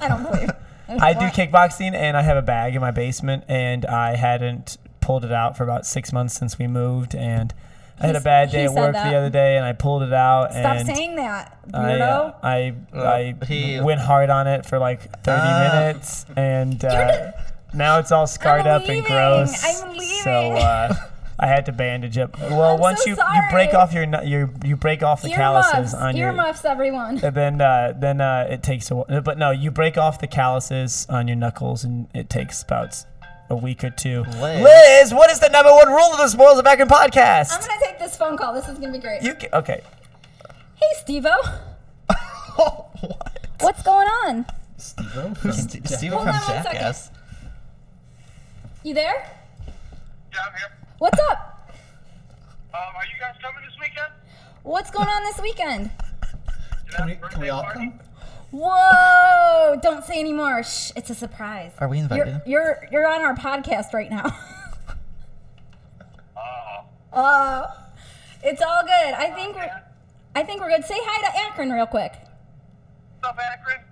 B: I don't believe.
A: I do kickboxing and I have a bag in my basement and I hadn't pulled it out for about six months since we moved and I had a
B: He's-
A: bad
B: he
A: day at
B: said
A: work
B: that.
A: the other day and I pulled it out
B: Stop
A: and
B: saying that,
A: I,
B: weirdo.
A: uh, I, I
D: he-
A: went hard on it for like 30
D: Ah.
A: minutes and uh, now it's all scarred up
B: I'm leaving.
A: and gross.
B: I'm
A: So
B: leaving.
A: uh, I had to bandage it. Well,
B: I'm
A: once
B: so
A: you, you
B: sorry.
A: break off your, nu- your you break off the calluses
B: earmuffs,
A: on your
B: earmuffs, everyone.
A: and then uh, then uh, it takes a while. But no, you break off the calluses on your knuckles, and it takes about a week or two.
D: Liz.
A: Liz, what is the number one rule of the Spoils of Akron
B: I'm
A: podcast?
B: gonna take this phone call. This is gonna be great.
A: You ca- okay?
B: hey, Stevo,
D: *laughs* what?
B: what's going on?
C: Steve
A: *laughs*
C: O from
D: Ste-
C: Jack-
D: Steven
B: Hold
D: from
B: on one second.
D: Jackass.
B: You there?
F: Yeah, I'm here.
B: What's up?
F: Um, are you guys coming this weekend?
B: What's going on this weekend?
F: To
C: Can
F: that
C: we, can we
F: birthday
C: all
F: party?
C: come?
B: Whoa! Don't say any more. Shh, it's a surprise.
D: Are we invited?
B: You're you're, you're on our podcast right now.
F: Uh,
B: uh, it's all good. I think we're
F: man.
B: I think we're good. Say hi to Akron real quick.
F: What's up, Akron?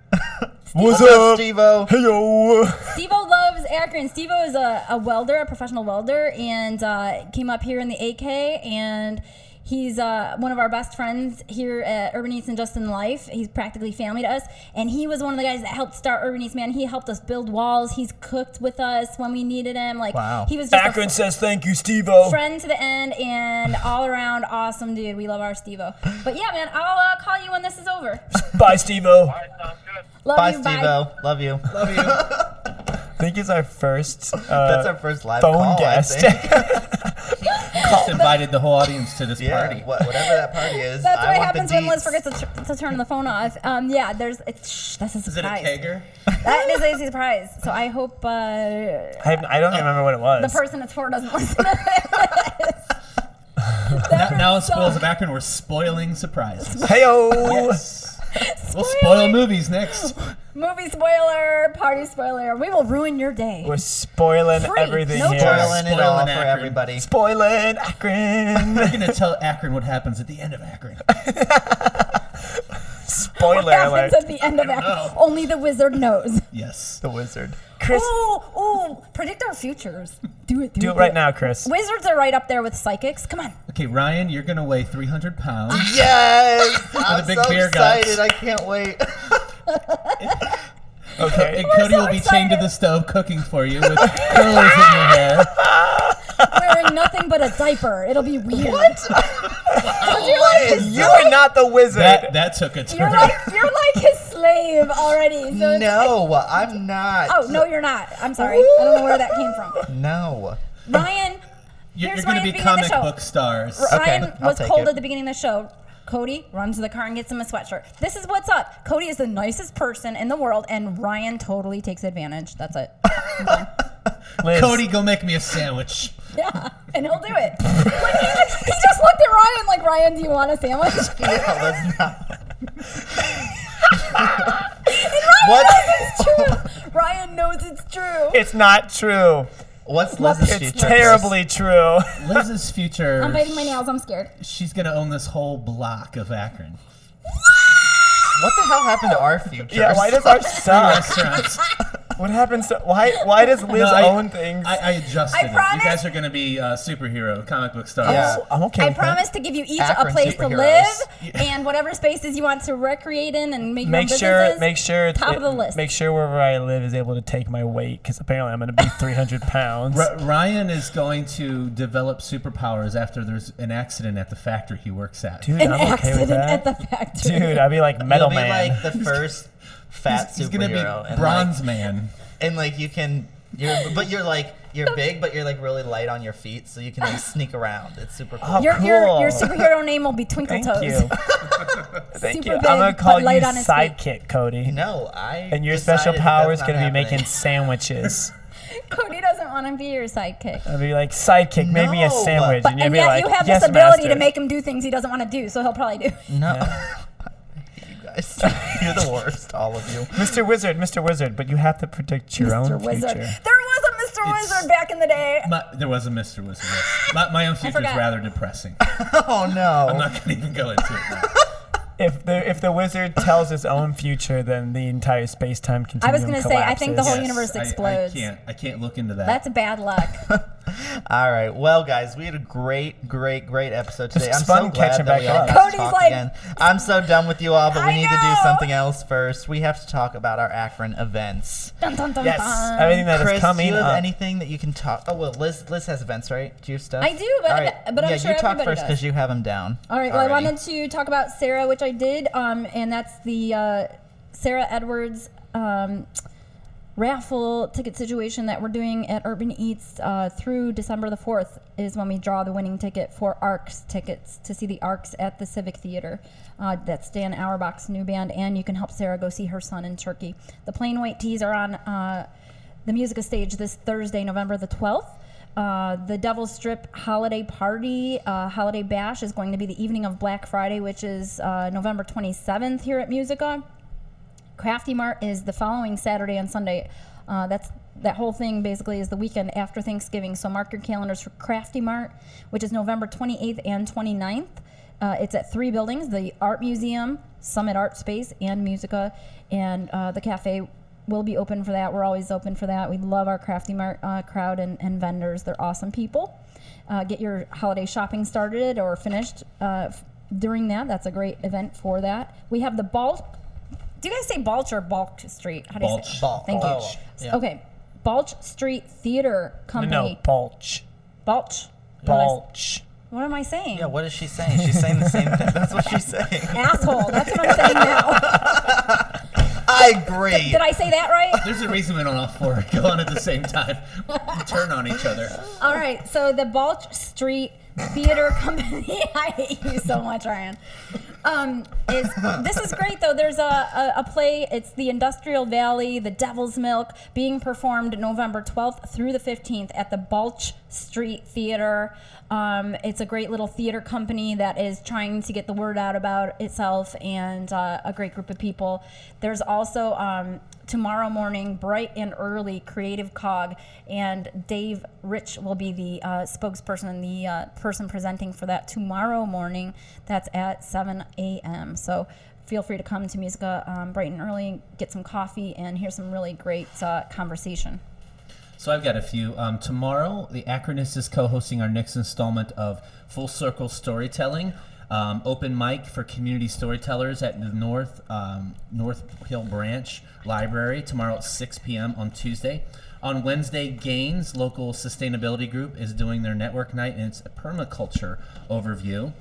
A: What's
D: Stevo.
A: Hey yo.
B: Stevo loves Akron. Stevo is a, a welder, a professional welder, and uh, came up here in the AK and. He's uh, one of our best friends here at Urban Eats and Just in Life. He's practically family to us. And he was one of the guys that helped start Urban Eats, man. He helped us build walls. He's cooked with us when we needed him. Like,
D: Wow.
B: he was just a
A: Akron says thank you, Steve-O.
B: friend to the end and all around awesome dude. We love our Stevo. But yeah, man, I'll uh, call you when this is over.
A: Bye, Steve-O.
F: All right, sounds good.
B: Love
D: Bye,
B: you.
D: Steve O. Love you.
C: Love you. *laughs*
A: I think it's our first uh,
D: *laughs* That's our first live
A: phone
D: call, I
A: guest.
D: think.
C: Just invited the whole audience to this
D: yeah,
C: party.
D: wha- whatever that party is.
B: That's
D: I
B: what
D: want
B: happens
D: the
B: when
D: deets.
B: Liz forgets to, tr- to turn the phone off. Um, yeah, there's it's shh, that's a
C: Is it a
B: surprise.
C: kegger?
B: that is a surprise. So I hope uh,
A: *laughs* I, have- I don't remember what it was.
B: the person it's for doesn't listen to this. That
C: *laughs* Now
B: would
C: in Spoils
B: suck.
C: of Akron, we're spoiling surprises.
A: Heyo.
C: Yes. We'll spoil movies next.
B: Movie spoiler, party spoiler. We will ruin your day.
A: We're spoiling
B: Free,
A: everything
B: no
A: here.
D: Spoiling it all
C: Spoiling
D: for
C: Akron.
D: everybody.
A: Spoiling Akron.
B: *laughs*
C: We're gonna tell Akron what happens at the end of Akron.
A: Spoiler
B: What happens
A: alert.
B: at the end of
C: know.
B: that? Only the wizard knows.
C: Yes.
A: The
C: *laughs*
A: wizard. Chris,
B: Ooh, ooh, predict our futures. Do it, do,
A: do it right now, Chris.
B: Wizards are right up there with psychics. Come on.
C: Okay, Ryan, you're gonna weigh 300 pounds. *laughs*
D: Yes! I'm
C: big
D: so
C: beer guts.
D: excited. I can't wait.
A: Okay.
C: And Cody
B: so
C: will be chained
B: excited.
C: to the stove cooking for you with pillows in your
B: *laughs*
C: hair.
B: Wearing nothing but a diaper. It'll be weird. What?
D: *laughs*
A: You are not the wizard.
C: That that took a turn.
B: You're like you're like his slave already. So it's-
D: No, I'm not.
B: Oh no, you're not. I'm sorry. I don't know where that came from.
D: No. *laughs*
B: Ryan,
C: You're,
B: Here's
C: you're gonna
B: why
C: be
B: at the beginning of
C: comic
B: the show.
C: book stars.
D: Okay,
B: Ryan
D: I'll
B: was
D: take
B: cold
D: it.
B: at the beginning of the show. Cody runs to the car and gets him a sweatshirt. This is what's up. Cody is the nicest person in the world, and Ryan totally takes advantage. That's
D: *laughs*
B: it.
A: Liz,
C: Cody, go make me a sandwich.
B: Yeah, and he'll do it. Like, he, just, he just looked at Ryan like, Ryan, do you want a sandwich? *laughs*
D: No, that's not.
A: *laughs*
D: What's,
B: Ryan knows it's true.
A: It's not true.
D: what's Liz's
A: It's
D: future?
A: terribly true. *laughs*
B: *laughs*
C: Liz's future.
B: I'm biting my nails. I'm scared.
C: She's gonna own this whole block of Akron
D: What the hell happened to our future?
A: Yeah, why
D: *laughs*
A: does our suck?
B: *laughs*
C: restaurants.
A: What happens to why why does Liz
C: No, I-
A: own things?
C: I, I adjusted.
B: I
C: it. You
B: promise-
C: guys are gonna be uh, superhero comic book stars.
D: Yeah.
A: I'm okay.
B: I
A: with that.
B: promise to give you each
D: Akron
B: a place to
D: superheroes.
B: live and whatever spaces you want to recreate in and make, your own
A: Make sure,
B: businesses.
A: make sure,
B: Top of the list.
A: Make sure wherever I live is able to take my weight because apparently I'm going to be 300 pounds.
C: R- Ryan is going to develop superpowers after there's an accident at the factory he works at.
A: Dude,
B: an
A: I'm okay with
B: accident at
A: that.
B: the factory.
A: Dude, I'd be like
D: You'll
A: Metal
D: be
A: Man.
D: like
A: *laughs*
D: the first fat
C: He's gonna
D: superhero.
C: be
D: and,
C: Bronze
D: like,
C: Man.
D: and like you can, you're, but you're like
A: *laughs*
D: you're big, but you're like really light on your feet, so you can like sneak around. It's super cool.
A: Oh,
B: your, your,
A: cool.
B: your superhero name will be Twinkle
A: Thank
B: Toes. *laughs*
A: you. Thank
B: Super
A: you.
B: big,
A: I'm going to
B: but
A: call you
B: light on his feet. *laughs*
A: Sidekick, Cody.
D: No, I.
A: And your special
D: decided that
A: power is
D: that's
A: going to
D: not *laughs*
A: be making
D: happening.
A: sandwiches.
B: Cody doesn't want to be your sidekick.
A: I'll be like, Sidekick, make me a
D: No.
A: sandwich.
B: But,
A: and
B: and,
A: you'll be
B: yet
A: like,
B: you have
A: yes,
B: this ability
A: master.
B: to make him do things he doesn't want to do, so he'll probably do.
A: *laughs*
B: *laughs*
D: No. *laughs* you guys, *laughs* you're the worst, all of you. *laughs*
A: Mr. Wizard, Mr. Wizard, but you have to predict your own
B: Mr. Wizard.
A: future.
B: There was a Mr.
C: It's-
B: Wizard back in
A: *laughs*
B: the day.
C: My, there was a Mr. Wizard. My,
B: *laughs*
C: my own future is
B: forgot.
C: rather depressing.
D: Oh no.
C: I'm not gonna even go into it.
B: *laughs*
C: Now.
A: If the if the wizard tells his own future, then the entire space time continuum
B: I was gonna say, I think the
A: collapses.
B: whole universe
C: I-
B: explodes.
C: I, can't. I can't look into that.
B: That's bad luck.
D: All right, well, guys, we had a great, great, great episode today.
A: It's
D: I'm
A: fun
D: so glad
A: catching
D: that
A: back
D: we all
A: up.
D: got to
B: Cody's
D: talk
B: like-
D: again. I'm so done with you all, but we
B: I
D: need to do
B: know.
D: something else first. We have to talk about our Akron events.
B: dun, dun, dun,
A: Yes,
B: dun.
A: everything that is
D: Chris, do
A: coming
D: you have
A: up.
D: anything that you can talk? Oh well, Liz, Liz has events, right? Do you have stuff?
B: I do, but-
D: All right.
B: but I'm
D: yeah,
B: sure
D: you talk
B: everybody
D: first
B: does.
D: because you have them down.
B: All right. Well, I
D: already.
B: wanted to talk about Sarah, which I did, um, and that's the uh, Sarah Edwards um, raffle ticket situation that we're doing at Urban Eats uh, through December the fourth is when we draw the winning ticket for Arcs tickets to see the Arcs at the Civic Theater. Uh, that's Dan Auerbach's new band, and you can help Sarah go see her son in Turkey. The plain white tees are on. Uh, the Musica Stage this Thursday, November the 12th. Uh, the Devil Strip Holiday Party, uh, Holiday Bash, is going to be the evening of Black Friday, which is uh, November 27th here at Musica. Crafty Mart is the following Saturday and Sunday. Uh, that's that whole thing basically is the weekend after Thanksgiving. So mark your calendars for Crafty Mart, which is November 28th and 29th. Uh, it's at three buildings: the Art Museum, Summit Art Space, and Musica, and uh, the cafe will be open for that. We're always open for that. We love our Crafty Mart uh, crowd and, and vendors. They're awesome people. Uh, get your holiday shopping started or finished uh, f- during that. That's a great event for that. We have the Balch. Do you guys say Balch or Balch Street? How do you say?
C: Balch.
B: Balch. Thank
D: Balch.
B: you.
D: Yeah.
B: Okay, Balch Street Theater
A: No,
B: Company.
A: no, Balch.
B: Balch.
A: Balch.
B: What am I saying?
D: Yeah, what is she saying? She's saying the same thing. *laughs* That's what she's saying.
B: *laughs* Asshole. That's what I'm saying now.
D: I agree.
B: Did I say that right?
C: There's a reason we don't all four go on at the
B: *laughs*
C: same time. We turn on each other.
B: All right, so the Balch Street Theater *laughs* Company. I hate you so much, Ryan. Um, is this is great though? There's a, a, a play. It's the Industrial Valley, the Devil's Milk, being performed November 12th through the 15th at the Balch Street Theater. Um, it's a great little theater company that is trying to get the word out about itself and uh, a great group of people. There's also um, tomorrow morning, bright and early, Creative Cog, and Dave Rich will be the uh, spokesperson and the uh, person presenting for that tomorrow morning. That's at 7 a.m. So feel free to come to Musica um, bright and early, get some coffee, and hear some really great uh, conversation.
C: So I've got a few. Um, tomorrow, the Acronist is co-hosting our next installment of Full Circle Storytelling. Um, open mic for community storytellers at the North um, North Hill Branch Library tomorrow at 6 p.m. on Tuesday. On Wednesday, Gaines local sustainability group is doing their network night, and it's a permaculture overview.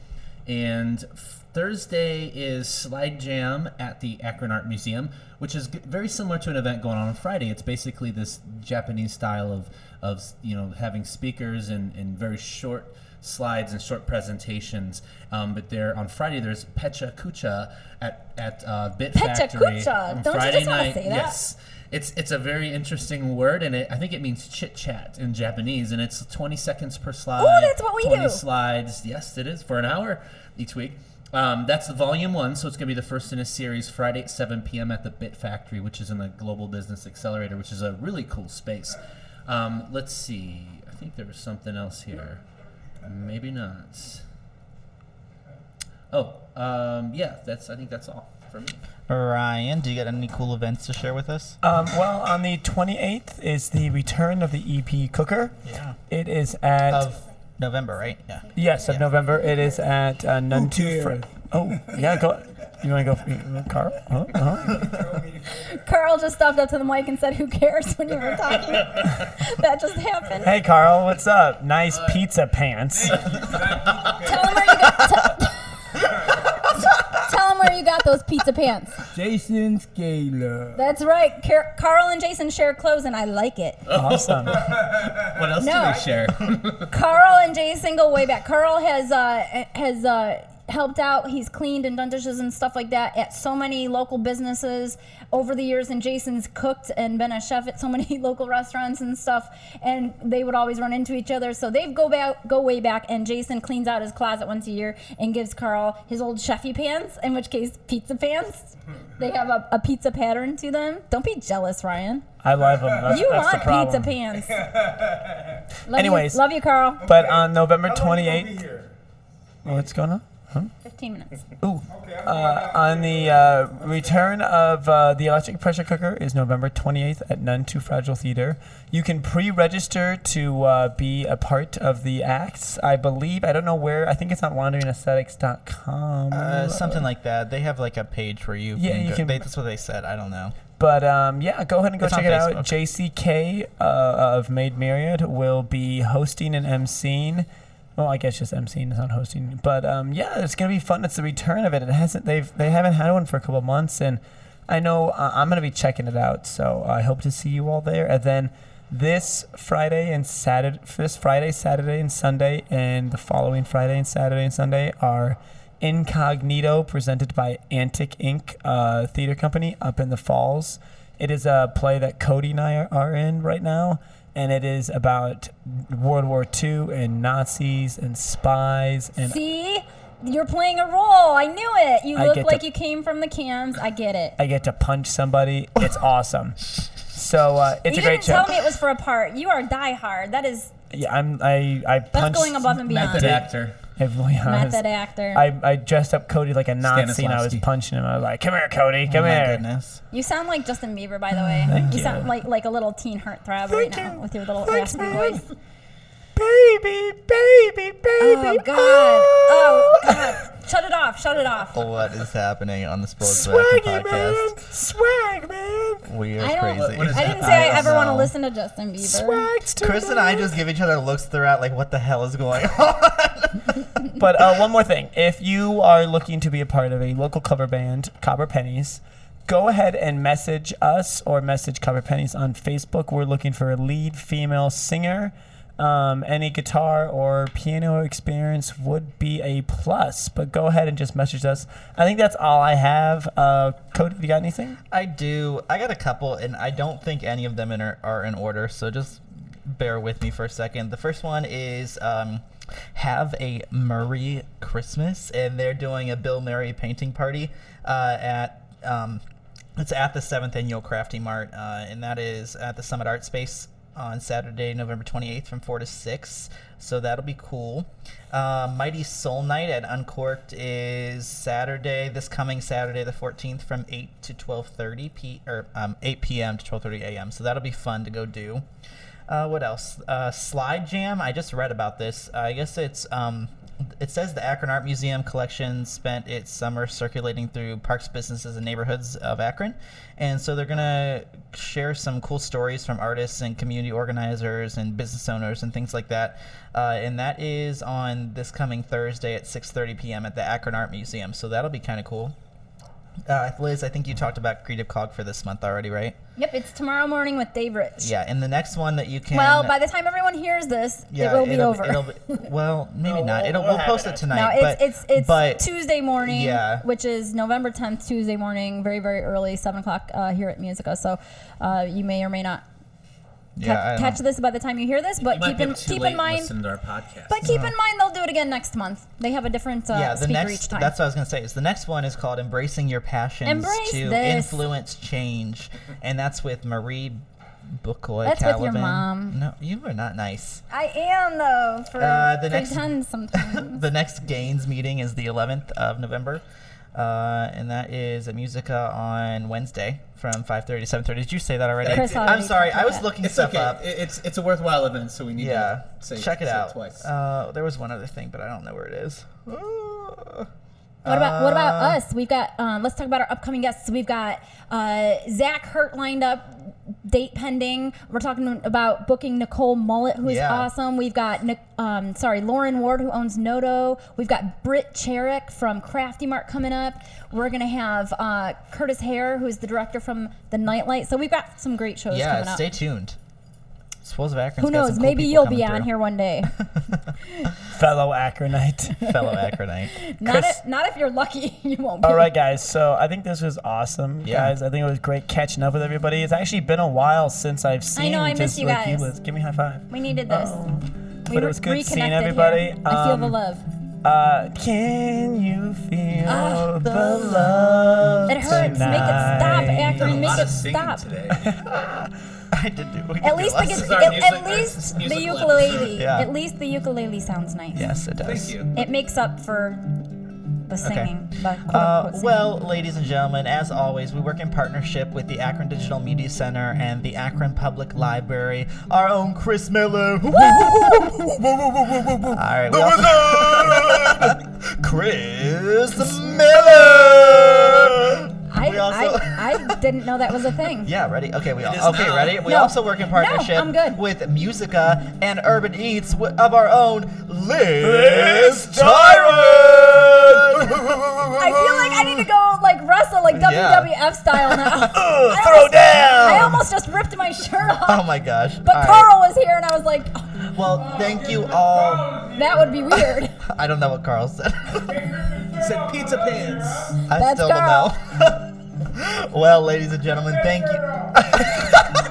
C: And Thursday is Slide Jam at the Akron Art Museum, which is g- very similar to an event going on on Friday. It's basically this Japanese style of, of you know, having speakers and, and very short slides and short presentations. Um, but there on Friday there's Pecha Kucha at at uh, Bit
B: Pecha
C: Factory
B: Kucha.
C: on
B: Don't you
C: Friday
B: just wanna
C: night.
B: say that?
C: Yes, it's it's a very interesting word, and it, I think it means chit chat in Japanese, and it's 20 seconds per slide.
B: that's what we
C: 20
B: do.
C: slides. Yes, it is for an hour each week. Um, that's the volume one, so it's going to be the first in a series. Friday at 7 p.m. at the Bit Factory, which is in the Global Business Accelerator, which is a really cool space. Um, let's see. I think there was something else here. Maybe not. Oh, um, yeah. That's. I think that's all for me.
D: Ryan, do you got any cool events to share with us?
A: Um, well, on the 28th is the return of the EP Cooker.
D: Yeah.
A: It is at
D: Of November, right? Yeah.
A: yes of November. It is at uh, none too. Fr- oh yeah, go. You want to go, Carl? Huh? Huh?
B: Carl just stepped up to the mic and said, Who cares when you were talking? *laughs* that just happened.
A: Hey, Carl, what's up? Nice
D: Uh,
A: pizza pants.
B: Tell him where you got. t- *laughs* Tell him where you got those pizza pants.
G: Jason Scaler.
B: That's right. Car- Carl and Jason share clothes, and I like it.
A: awesome.
C: What else
B: No.
C: do we share?
B: Carl and Jason go way back. Carl has uh, has uh, helped out. He's cleaned and done dishes and stuff like that at so many local businesses over the years. And Jason's cooked and been a chef at so many *laughs* local restaurants and stuff. And they would always run into each other. So they go back, go way back. And Jason cleans out his closet once a year and gives Carl his old chefy pants. In which case, pizza pants. They have a, a pizza pattern to them. Don't be jealous, Ryan.
A: I love them. That's,
B: You
A: that's the
B: want pizza
A: problem. *laughs*
B: pants. Love you-
A: Anyways.
B: love you, Carl.
A: But on November 28th, Oh, what's going on?
B: 15 minutes.
A: Ooh. Uh, on the uh, return of uh, the electric pressure cooker is November 28th at None Too Fragile Theater. You can pre-register to uh, be a part of the acts. I believe I don't know where. I think it's on wanderingaesthetics.com.
D: Uh, something like that. They have like a page where you.
A: Yeah,
D: can
A: you
D: go,
A: can-
D: They, that's what they said. I don't know.
A: But um, yeah, go ahead and go
D: It's on
A: check it out.
D: Facebook.
A: JCK uh, of Made Myriad will be hosting and emceeing. Well, I guess just emceeing is not hosting, but um, yeah, it's gonna be fun. It's the return of it. It hasn't they've they haven't had one for a couple of months, and I know uh, I'm gonna be checking it out. So I hope to see you all there. And then this Friday and Saturday, this Friday, Saturday, and Sunday, and the following Friday and Saturday and Sunday are Incognito, presented by Antic Inc. Uh, theater company up in the Falls. It is a play that Cody and I are, are in right now, and it is about World War II and Nazis and spies and
B: See? You're playing a role. I knew it. You
A: I
B: look
A: get
B: like
A: to-
B: you came from the cams. I get it.
A: I get to punch somebody.
B: *laughs*
A: It's awesome. So uh, it's
B: you
A: a great
B: didn't
A: show.
B: tell me it was for a part. You are diehard. That is
A: yeah, I'm I I punched
B: going above and beyond.
A: Method
B: Method
A: actor. If we honest.
B: Method actor.
A: I, I dressed up Cody like a Nazi and I was
D: Stanislavski.
A: punching him. I was like, "Come here, Cody. Come
D: Oh my
A: here."
D: goodness.
B: you sound like Justin
A: *sighs*
B: Bieber, by the way. you,
A: you.
B: sound like like a little teen heartthrob right
A: Thank
B: now
A: you.
B: with your little
A: Thanks,
B: raspy
A: man.
B: voice.
A: Baby, baby,
B: Oh
A: baby.
B: God! Oh God! Shut it off! Shut
A: *laughs*
B: it off!
D: What is happening on the Sports
A: Oh, Swaggy man,
D: podcast?
A: swag man,
D: We
B: I
D: are
B: don't.
D: crazy.
B: I didn't say I,
D: don't
B: ever want to
D: know.
B: listen to Justin Bieber.
A: swagster.
D: Chris and I just give each other looks throughout, like, what the hell is going *laughs* on?
A: But uh, one more thing. If you are looking to be a part of a local cover band, Copper Pennies, go ahead and message us or message Copper Pennies on Facebook. We're looking for a lead female singer. Um, any guitar or piano experience would be a plus, but go ahead and just message us. I think that's all I have. Uh, Cody, you got anything?
D: I do. I got a couple, and I don't think any of them in are, are in order. So just bear with me for a second. The first one is um, have a Murray Christmas, and they're doing a Bill Murray painting party uh, at. Um, it's at the seventh annual Crafty Mart, uh, and that is at the Summit Art Space on Saturday, November 28th from 4 to 6. So that'll be cool. Uh, Mighty Soul Night at Uncorked is Saturday, this coming Saturday the 14th from 8 to 12:30 p or um, 8 p.m. to 12:30 a.m. So that'll be fun to go do. Uh, what else? Uh, Slide Jam. I just read about this. I guess it's um, it says the Akron Art Museum collection spent its summer circulating through parks, businesses, and neighborhoods of Akron. And so they're going to share some cool stories from artists and community organizers and business owners and things like that. Uh, and that is on this coming Thursday at 6.30 p.m. at the Akron Art Museum. So that'll be kind of cool. Uh, Liz, I think you talked about Creative Cog for this month already, right?
B: Yep, it's tomorrow morning with Dave Rich.
D: Yeah, and the next one that you can...
B: Well, by the time everyone hears this,
D: yeah,
B: it will be
D: it'll
B: over.
D: It'll be,
B: *laughs*
D: well, maybe
A: No,
D: not.
A: we'll-
D: It'll,
A: we'll
D: we'll
A: have
D: post
A: it.
D: it tonight.
B: no, it's
D: but,
B: it's it's
D: but
B: Tuesday morning,
D: Yeah.
B: which is November tenth, Tuesday morning, very very early, seven o'clock uh, here at Musica. So uh, you may or may not
D: yeah, I
B: catch,
D: don't
B: catch this by the time you hear this, but
C: You might
B: keep
C: be
B: in
C: too
B: keep
C: late
B: in mind.
C: Listen to our podcast.
B: But keep in mind, they'll do it again next month. They have a different uh,
D: yeah, the
B: speaker
D: next
B: each time.
D: that's what I was gonna say is the next one is called Embracing Your Passions
B: Embrace
D: to
B: this.
D: Influence Change. And that's with Marie Bukoy
B: That's with your
D: Caliban.
B: mom.
D: No, you are not nice. *laughs*
B: I am though for
D: Uh, the next-
B: pretend sometimes.
D: the next Gaines meeting is the 11th of November, uh, and that is at Musica on Wednesday from 5:30 to 7:30. Did you say that already?
B: Chris
D: I'm
B: already
D: sorry,
B: talked
D: I was
B: about
D: looking
C: it's
D: stuff
C: okay.
D: up.
C: It- It's it's a worthwhile event, so we need
D: yeah,
C: to say,
D: check it
C: say
D: out.
C: twice.
D: Uh, there was one other thing, but I don't know where it is. Uh,
B: What about what about
D: Uh,
B: us? We've got um, let's talk about our upcoming guests. We've got uh, Zach Hurt lined up, date pending. We're talking about booking Nicole Mullet, who is
D: Yeah.
B: awesome. We've got Nic- um, sorry Lauren Ward, who owns Nodo. We've got Britt Cherick from Crafty Mart coming up. We're gonna have uh, Curtis Hare, who is the director from The Nightlight. So we've got some great shows
D: yeah,
B: coming up.
D: stay tuned. Suppose of Akron's
B: who
D: got
B: knows?
D: some cool
B: Maybe
D: people
B: you'll
D: coming
B: be on
D: through.
B: here
D: *laughs*
B: one day.
A: Fellow Akronite.
B: *laughs*
D: fellow Akronite.
B: not,
A: Chris-
B: if, not if you're lucky, *laughs* you won't be.
A: All right, guys. So I think this was awesome,
D: Yeah.
A: guys. I think it was great catching up with everybody. It's actually been a while since I've seen.
B: know, I
A: just
B: miss you
A: like
B: guys.
A: Liz. Give me a high five.
B: We needed this.
D: Oh.
B: we
A: But it
B: were
A: was good seeing
B: reconnected
A: everybody.
B: Here. I feel the
A: Um,
B: love.
A: Uh, can you feel
B: Ah.
A: the love?
B: It hurts. Make it stop,
A: tonight?
C: Done a
B: Akron. Make
C: lot
B: it
C: of singing
B: stop.
C: today.
D: *laughs* I did do. we did
B: At
D: do
B: least the
D: lots
B: gu-
D: of-
C: our
B: at,
C: music-
B: at
C: our
B: least the
C: musical
B: ukulele.
C: episode.
D: Yeah.
B: At least the ukulele sounds nice.
D: yes, it does.
C: Thank you.
B: It makes up for the singing. The quote unquote
D: Uh,
B: singing.
D: well, ladies and gentlemen, as always, we work in partnership with the Akron Digital Media Center and the Akron Public Library. Our own Chris Miller. All right, we also- *laughs* Chris Miller.
B: I,
D: we also-
B: I, I didn't know that was a thing.
D: *laughs* Yeah, ready? Okay, we
C: is
D: all, okay,
C: not.
D: ready? We
B: No.
D: also work in partnership
B: No, I'm good.
D: with Musica and Urban Eats wi- of our own Liz Tyrant.
B: I feel like I need to go like wrestle like
D: Yeah.
B: WWF
D: *laughs*
B: style now. I
D: throw
B: almost-
D: down.
B: I almost just ripped my shirt off.
D: Oh my gosh!
B: But
D: All right.
B: Carl was here, and I was like, "Oh,
D: Well, thank you all.
B: that would
D: *laughs*
B: be weird.
D: I don't know what Carl said.
C: Said pizza pants.
D: I
B: That's
D: still
B: Carl.
D: don't know. *laughs* well, ladies and gentlemen, thank you. *laughs*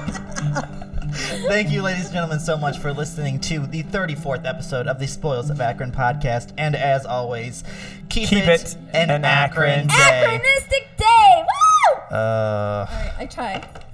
D: Thank you, ladies and gentlemen, so much for listening to the 34th episode of the Spoils of Akron podcast. And as always, keep,
A: Keep it
D: an,
A: an
D: Akron,
A: Akron
D: day.
B: Anachronistic day! Woo!
D: Uh,
B: All right, I try.